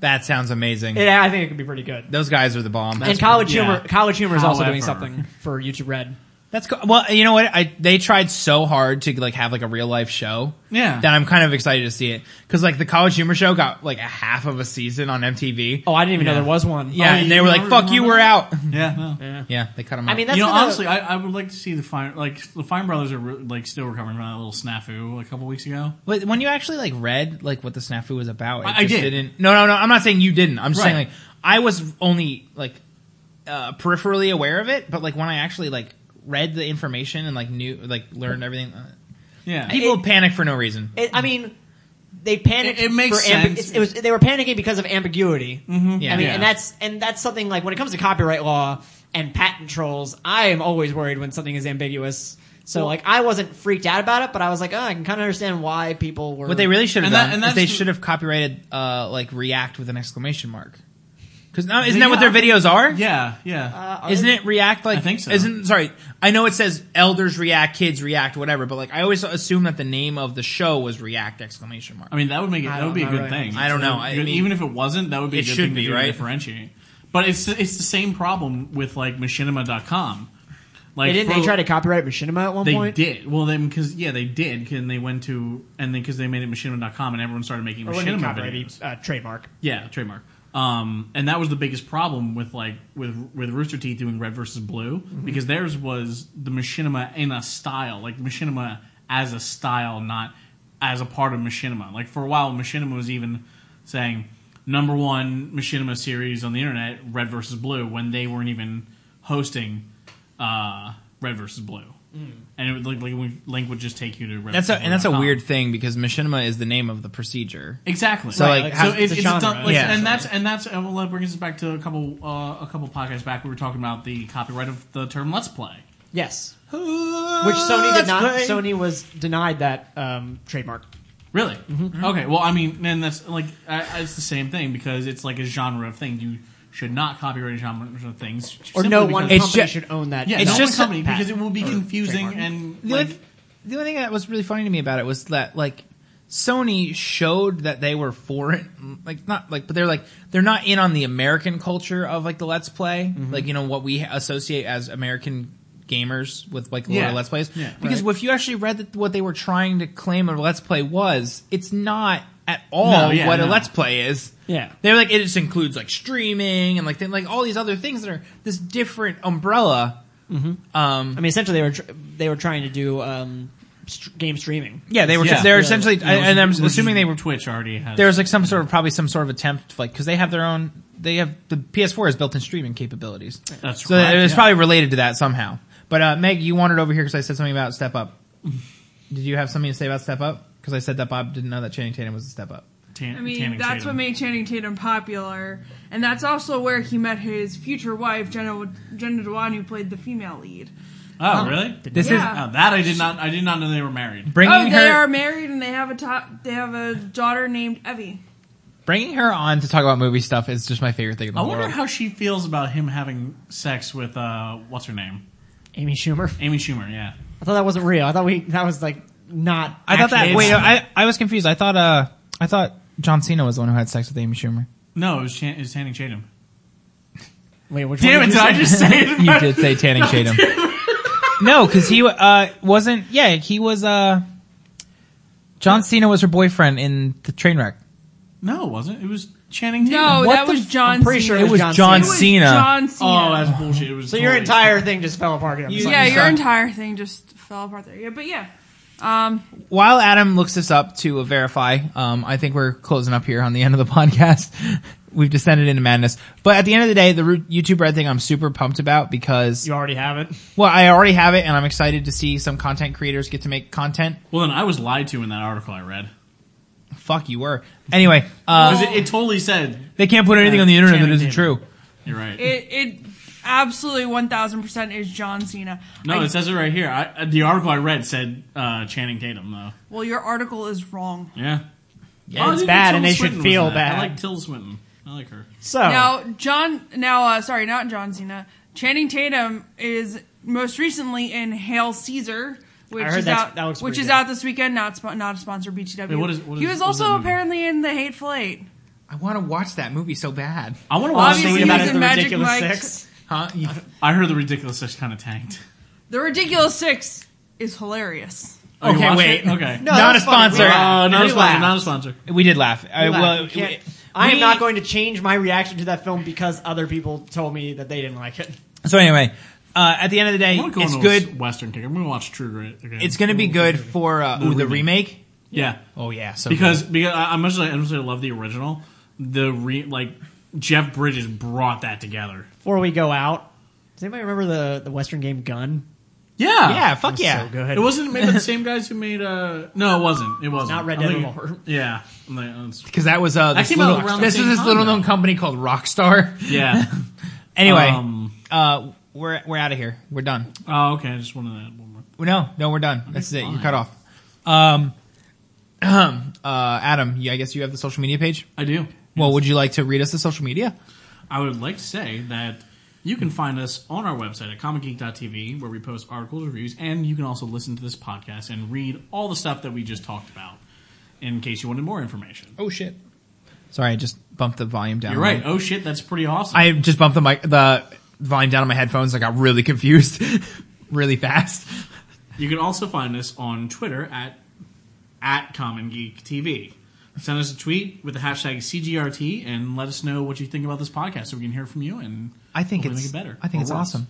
Speaker 1: That sounds amazing.
Speaker 2: It, I think it could be pretty good.
Speaker 1: Those guys are the bomb.
Speaker 2: and college
Speaker 3: yeah.
Speaker 2: humor, college humor is also doing
Speaker 3: However.
Speaker 2: something for YouTube Red.
Speaker 1: That's cool. Well, you know what? I they tried so hard to like have like a real life show.
Speaker 3: Yeah.
Speaker 1: That I'm kind of excited to see it because like the College Humor Show got like a half of a season on MTV.
Speaker 2: Oh, I didn't even
Speaker 3: Yeah.
Speaker 2: know there was one.
Speaker 1: yeah,
Speaker 3: oh,
Speaker 1: and
Speaker 3: you
Speaker 1: they were like,
Speaker 3: remember-
Speaker 1: "Fuck you,
Speaker 3: remember
Speaker 1: we're out."
Speaker 3: Yeah. no.
Speaker 1: Yeah, they cut him.
Speaker 2: I
Speaker 1: off.
Speaker 2: mean, that's
Speaker 3: you know,
Speaker 2: gonna-
Speaker 3: honestly, I, I would like to see the Fine, like the Fine Brothers are re- like still recovering from that little snafu a couple weeks ago.
Speaker 1: But when you actually like read like what the snafu was about, it
Speaker 3: I- I
Speaker 1: just
Speaker 3: did.
Speaker 1: not No, no, no. I'm not saying you didn't. I'm just saying
Speaker 3: Right.
Speaker 1: like I was only like uh, peripherally aware of it, but like when I actually like read the information and like knew like learned everything, uh,
Speaker 3: Yeah,
Speaker 1: people panic for no reason.
Speaker 2: It, I mean, they panicked.
Speaker 3: It- it makes
Speaker 2: for ambi-
Speaker 3: sense.
Speaker 2: it's- It was they were panicking because of ambiguity. Mm-hmm.
Speaker 1: Yeah.
Speaker 2: I mean,
Speaker 1: Yeah.
Speaker 2: and that's and that's something like when it comes to copyright law and patent trolls, I am always worried when something is ambiguous. So like, I wasn't freaked out about it, but I was like, oh, I can kind of understand why people were.
Speaker 1: What they really should have
Speaker 3: And that-
Speaker 1: done
Speaker 3: and
Speaker 1: is they
Speaker 3: that's-
Speaker 1: should have copyrighted uh, like React with an exclamation mark. Because now isn't
Speaker 3: Yeah.
Speaker 1: that what their videos are?
Speaker 3: yeah, yeah.
Speaker 2: Uh,
Speaker 1: Isn't it React like?
Speaker 3: I think so.
Speaker 1: Isn't sorry? I know it says elders react, kids react, whatever. But like, I always assume that the name of the show was React exclamation mark.
Speaker 3: I mean, that would make it.
Speaker 2: I
Speaker 3: That would
Speaker 2: don't
Speaker 3: be a
Speaker 2: know,
Speaker 3: good
Speaker 2: right.
Speaker 3: thing.
Speaker 1: I don't know.
Speaker 3: It's-
Speaker 1: I
Speaker 3: even-
Speaker 1: mean-
Speaker 3: even if it wasn't, that would be. A
Speaker 1: It
Speaker 3: good
Speaker 1: should
Speaker 3: thing
Speaker 1: be,
Speaker 3: to do to
Speaker 1: right?
Speaker 3: Differentiate. But it's it's the same problem with like machinima.com. Like
Speaker 2: They didn't. They
Speaker 3: bro-
Speaker 2: tried to copyright Machinima at one
Speaker 3: They
Speaker 2: point.
Speaker 3: did. Well, then because yeah, they did, and they went to and then because they made it machinima.com, and everyone started making
Speaker 2: Or wouldn't it
Speaker 3: machinima
Speaker 2: copyright be,
Speaker 3: videos.
Speaker 2: uh, trademark.
Speaker 3: Yeah, trademark. Um, and that was the biggest problem with like with with Rooster Teeth doing Red versus Blue because theirs was the machinima in a style, like machinima as a style, not as a part of machinima. Like for a while, machinima was even saying number one machinima series on the internet, Red versus Blue, when they weren't even hosting uh, Red versus Blue. And it would, like, like link would just take you to Red
Speaker 1: That's a
Speaker 3: versus
Speaker 1: and that's a
Speaker 3: blue.com.
Speaker 1: weird thing because machinima is the name of the procedure.
Speaker 3: Exactly.
Speaker 1: So, like,
Speaker 3: so
Speaker 1: how-
Speaker 3: it's,
Speaker 2: it's a
Speaker 3: it's a
Speaker 2: genre,
Speaker 3: dumb- like,
Speaker 1: yeah.
Speaker 3: and that's and that's and well, that brings us back to a couple uh, a couple podcasts back. We were talking about the copyright of the term "Let's Play,"
Speaker 2: Yes. Which Sony did not. Sony was denied that um, trademark.
Speaker 3: Really?
Speaker 1: Mm-hmm.
Speaker 3: Okay. Well, I mean, and that's like I, I- it's the same thing because it's like a genre of thing. You should not copyright a genre of things,
Speaker 2: Or
Speaker 3: simply
Speaker 2: no one
Speaker 3: because-
Speaker 2: company
Speaker 1: It's ju-
Speaker 2: should own that.
Speaker 3: yeah,
Speaker 1: it's
Speaker 3: no
Speaker 1: just
Speaker 3: one company
Speaker 2: patent
Speaker 3: because it will be
Speaker 2: or
Speaker 3: confusing
Speaker 2: trademark.
Speaker 3: and
Speaker 1: The
Speaker 3: like,
Speaker 1: only, the only thing that was really funny to me about it was that like Sony showed that they were foreign, like not like, but they're like they're not in on the American culture of like the Let's Play, like you know what we associate as American gamers with like a lot
Speaker 3: Yeah.
Speaker 1: of Let's Plays.
Speaker 3: Yeah.
Speaker 1: because if you actually read that what they were trying to claim a Let's Play was, it's not at all
Speaker 3: No, yeah,
Speaker 1: what a
Speaker 3: no.
Speaker 1: Let's Play is.
Speaker 2: Yeah.
Speaker 1: They're like it just includes like streaming and like th- like all these other things that are this different umbrella. Um,
Speaker 2: I mean, essentially, they were tr- they were trying to do um, st- game streaming.
Speaker 1: yeah, they were
Speaker 3: Yeah.
Speaker 1: they're
Speaker 3: Yeah.
Speaker 1: essentially,
Speaker 3: you know,
Speaker 1: and I'm
Speaker 3: which is-
Speaker 1: assuming they were.
Speaker 3: Twitch already has
Speaker 1: There was like some sort of probably some sort of attempt, like because they have their own. They have the PS4 has built-in streaming capabilities,
Speaker 3: that's
Speaker 1: so
Speaker 3: right,
Speaker 1: it was
Speaker 3: yeah.
Speaker 1: probably related to that somehow. But uh, Meg, you wandered over here because I said something about Step Up. Did you have something to say about Step Up? Because I said that Bob didn't know that Channing Tatum was a Step Up.
Speaker 3: Tan-
Speaker 4: I mean,
Speaker 3: Tanning
Speaker 4: that's
Speaker 3: Tatum.
Speaker 4: what made Channing Tatum popular, and that's also where he met his future wife, Jenna Jenna Dewan, who played the female lead.
Speaker 3: Oh, really?
Speaker 1: This
Speaker 4: Yeah.
Speaker 1: is uh,
Speaker 3: Oh, that I did not. I did not know they were married.
Speaker 1: bringing
Speaker 4: oh, they
Speaker 1: her
Speaker 4: are married, and they have a top, they have a daughter named Evie.
Speaker 1: bringing her on to talk about movie stuff is just my favorite thing in the
Speaker 3: I wonder
Speaker 1: world.
Speaker 3: how she feels about him having sex with uh, what's her name,
Speaker 2: Amy Schumer.
Speaker 3: Amy Schumer. Yeah,
Speaker 2: I thought that wasn't real. I thought we that was like not.
Speaker 1: I thought that.
Speaker 2: actually-
Speaker 1: Wait, uh, I I was confused. I thought uh I thought John Cena was the one who had sex with Amy Schumer.
Speaker 3: no, it was, Chan- it was Channing Tatum.
Speaker 2: wait, which
Speaker 3: Damn
Speaker 2: one
Speaker 3: it! Did
Speaker 2: you
Speaker 3: I
Speaker 2: say?
Speaker 3: just say it?
Speaker 1: You did say Tanning Tatum. no, because he uh wasn't. Yeah, he was. uh John Cena was her boyfriend in the train wreck.
Speaker 3: No, it wasn't. It was Channing Tatum.
Speaker 4: No,
Speaker 2: What
Speaker 4: that
Speaker 2: the
Speaker 4: was
Speaker 2: f-
Speaker 4: John.
Speaker 2: I'm pretty sure
Speaker 4: Cena.
Speaker 1: It was John
Speaker 4: It was
Speaker 1: Cena.
Speaker 4: John Cena.
Speaker 3: Oh, that's bullshit. It was
Speaker 2: So your
Speaker 3: totally-
Speaker 2: entire thing just fell apart. Here. I'm
Speaker 1: You-
Speaker 2: sorry.
Speaker 4: yeah,
Speaker 1: you
Speaker 4: your
Speaker 1: suck.
Speaker 4: entire thing just fell apart there. Yeah, but yeah, Um,
Speaker 1: While Adam looks this up to uh, verify, um, I think we're closing up here on the end of the podcast. We've descended into madness. But at the end of the day, the Ru- YouTube Red thing I'm super pumped about because,
Speaker 2: You already have it.
Speaker 1: well, I already have it and I'm excited to see some content creators get to make content.
Speaker 3: Well, then I was lied to in that article I read.
Speaker 1: Fuck, you were. Anyway, uh,
Speaker 3: 'Cause it, it totally said,
Speaker 1: they can't put anything on the internet that
Speaker 3: Channing
Speaker 1: isn't
Speaker 3: Tatum.
Speaker 1: true.
Speaker 3: you're right.
Speaker 4: it it absolutely one thousand percent is John Cena.
Speaker 3: no,
Speaker 4: I-
Speaker 3: it says it right here. I, uh, the article I read said uh, Channing Tatum, though.
Speaker 4: well, your article is wrong.
Speaker 3: Yeah.
Speaker 2: Yeah,
Speaker 3: Oh,
Speaker 2: it's
Speaker 3: dude,
Speaker 2: bad,
Speaker 3: Tilda
Speaker 2: and they
Speaker 3: Swinton
Speaker 2: should
Speaker 3: was
Speaker 2: feel
Speaker 3: in that.
Speaker 2: bad.
Speaker 3: I like Tilda Swinton. I like her.
Speaker 2: so
Speaker 4: Now, John. Now, uh, sorry, not John Cena. Channing Tatum is most recently in Hail Caesar, which
Speaker 2: I heard
Speaker 4: is
Speaker 2: that's-
Speaker 4: out,
Speaker 2: that looks
Speaker 4: which
Speaker 2: pretty
Speaker 4: is
Speaker 2: good.
Speaker 4: out this weekend. Not spo- not a sponsor. BTW.
Speaker 3: Wait, what is- what
Speaker 4: he
Speaker 3: is-
Speaker 4: was
Speaker 3: what does that
Speaker 4: also
Speaker 3: mean?
Speaker 4: apparently in the Hateful Eight.
Speaker 1: I want to watch that movie so bad.
Speaker 3: I want to
Speaker 4: Well,
Speaker 3: watch
Speaker 4: obviously
Speaker 3: something
Speaker 4: he
Speaker 3: about
Speaker 4: was
Speaker 3: it.
Speaker 4: in
Speaker 2: the
Speaker 4: Magic
Speaker 2: ridiculous
Speaker 4: Mike.
Speaker 2: six.
Speaker 1: Huh? You-
Speaker 3: I heard the ridiculous six kind of tanked.
Speaker 4: The Ridiculous Six is hilarious.
Speaker 3: Oh, you
Speaker 1: Okay,
Speaker 3: watched
Speaker 1: wait.
Speaker 3: it? Okay.
Speaker 2: No,
Speaker 1: Not
Speaker 2: that
Speaker 1: a
Speaker 2: was fucking
Speaker 1: sponsor. Uh,
Speaker 2: weird.
Speaker 3: Uh,
Speaker 2: And
Speaker 3: not
Speaker 2: we
Speaker 3: a sponsor.
Speaker 2: laughed.
Speaker 3: Not a sponsor.
Speaker 1: we did laugh. I,
Speaker 2: We laughed.
Speaker 1: well,
Speaker 2: You can't-
Speaker 1: we-
Speaker 2: I am
Speaker 1: we-
Speaker 2: not going to change my reaction to that film because other people told me that they didn't like it.
Speaker 1: So anyway, uh, at the end of the day,
Speaker 3: I'm gonna go
Speaker 1: it's
Speaker 3: into a
Speaker 1: good.
Speaker 3: Western kick. I'm gonna watch True Grit. Again.
Speaker 1: It's going to be good for uh, ooh, the remake.
Speaker 3: Yeah,
Speaker 1: Oh yeah, so
Speaker 3: because because I, I'm actually I'm actually love the original. The re like Jeff Bridges brought that together.
Speaker 2: Before we go out, does anybody remember the, the Western game Gun?
Speaker 3: Yeah,
Speaker 1: good. yeah, fuck yeah.
Speaker 2: So good.
Speaker 3: It wasn't made by the same guys who made. uh No, it wasn't. It wasn't.
Speaker 2: Not Red
Speaker 3: I'm
Speaker 2: Dead
Speaker 3: thinking-
Speaker 2: anymore.
Speaker 3: Yeah. I'm like, oh, it's-
Speaker 1: Because that was uh, this
Speaker 3: came out
Speaker 1: little,
Speaker 3: around
Speaker 1: this
Speaker 3: the
Speaker 1: was
Speaker 3: same
Speaker 1: this
Speaker 3: time,
Speaker 1: little known
Speaker 3: though.
Speaker 1: company called Rockstar.
Speaker 3: yeah.
Speaker 1: Anyway,
Speaker 3: Um,
Speaker 1: uh, we're we're out of here. We're done.
Speaker 3: oh, okay. I just wanted to add one more.
Speaker 1: No, no, we're done. That's it. You're
Speaker 3: fine.
Speaker 1: cut off. Um, uh, Adam, you, I guess you have the social media page.
Speaker 3: I do.
Speaker 1: Well, would you like to read us the social media?
Speaker 3: I would like to say that you can find us on our website at comicgeek.tv where we post articles, reviews, and you can also listen to this podcast and read all the stuff that we just talked about in case you wanted more information.
Speaker 1: Oh shit! Sorry, I just bumped the volume down.
Speaker 3: You're right. Oh shit, that's pretty awesome.
Speaker 1: I just bumped the mic, the volume down on my headphones. I got really confused, really fast.
Speaker 3: you can also find us on Twitter at at Common Geek TV. Send us a tweet with the hashtag CGRT and let us know what you think about this podcast so we can hear from you and
Speaker 1: I think
Speaker 3: hopefully
Speaker 1: it's
Speaker 3: make it better.
Speaker 1: I think
Speaker 3: or
Speaker 1: it's
Speaker 3: worse.
Speaker 1: awesome.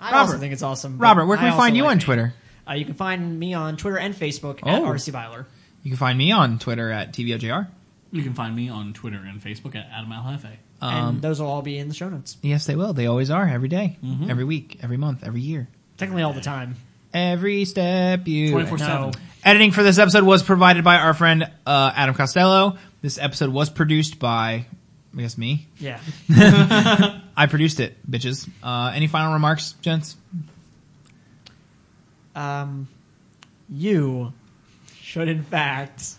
Speaker 2: I
Speaker 1: Robert.
Speaker 2: also think it's awesome. but
Speaker 1: Robert, where can we
Speaker 2: I also
Speaker 1: find you
Speaker 2: like
Speaker 1: on
Speaker 2: it.
Speaker 1: Twitter?
Speaker 2: Uh, you can find me on Twitter and Facebook
Speaker 1: Oh.
Speaker 2: at rcbyler.
Speaker 1: You can find me on Twitter at TVOJR.
Speaker 3: You can find me on Twitter and Facebook at Adam Alhafe.
Speaker 2: and those will all be in the show notes.
Speaker 1: Yes, they will. They always are every day,
Speaker 3: Mm-hmm.
Speaker 1: every week, every month, every year.
Speaker 2: Technically, all the time.
Speaker 1: Every step you.
Speaker 3: 24
Speaker 2: No.
Speaker 3: 7.
Speaker 1: Editing for this episode was provided by our friend uh, Adam Costello. This episode was produced by, I guess, me.
Speaker 2: Yeah.
Speaker 1: I produced it, bitches. Uh, any final remarks, gents?
Speaker 2: Um, you should, in fact,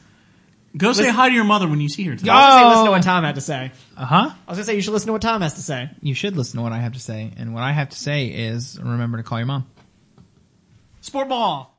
Speaker 3: Go say hi to your mother when you see her today.
Speaker 2: I was gonna say listen
Speaker 1: Oh.
Speaker 2: to what Tom had to say.
Speaker 1: Uh huh.
Speaker 2: I was gonna say you should listen to what Tom has to say.
Speaker 1: You should listen to what I have to say. And what I have to say is remember to call your mom.
Speaker 3: Sport ball.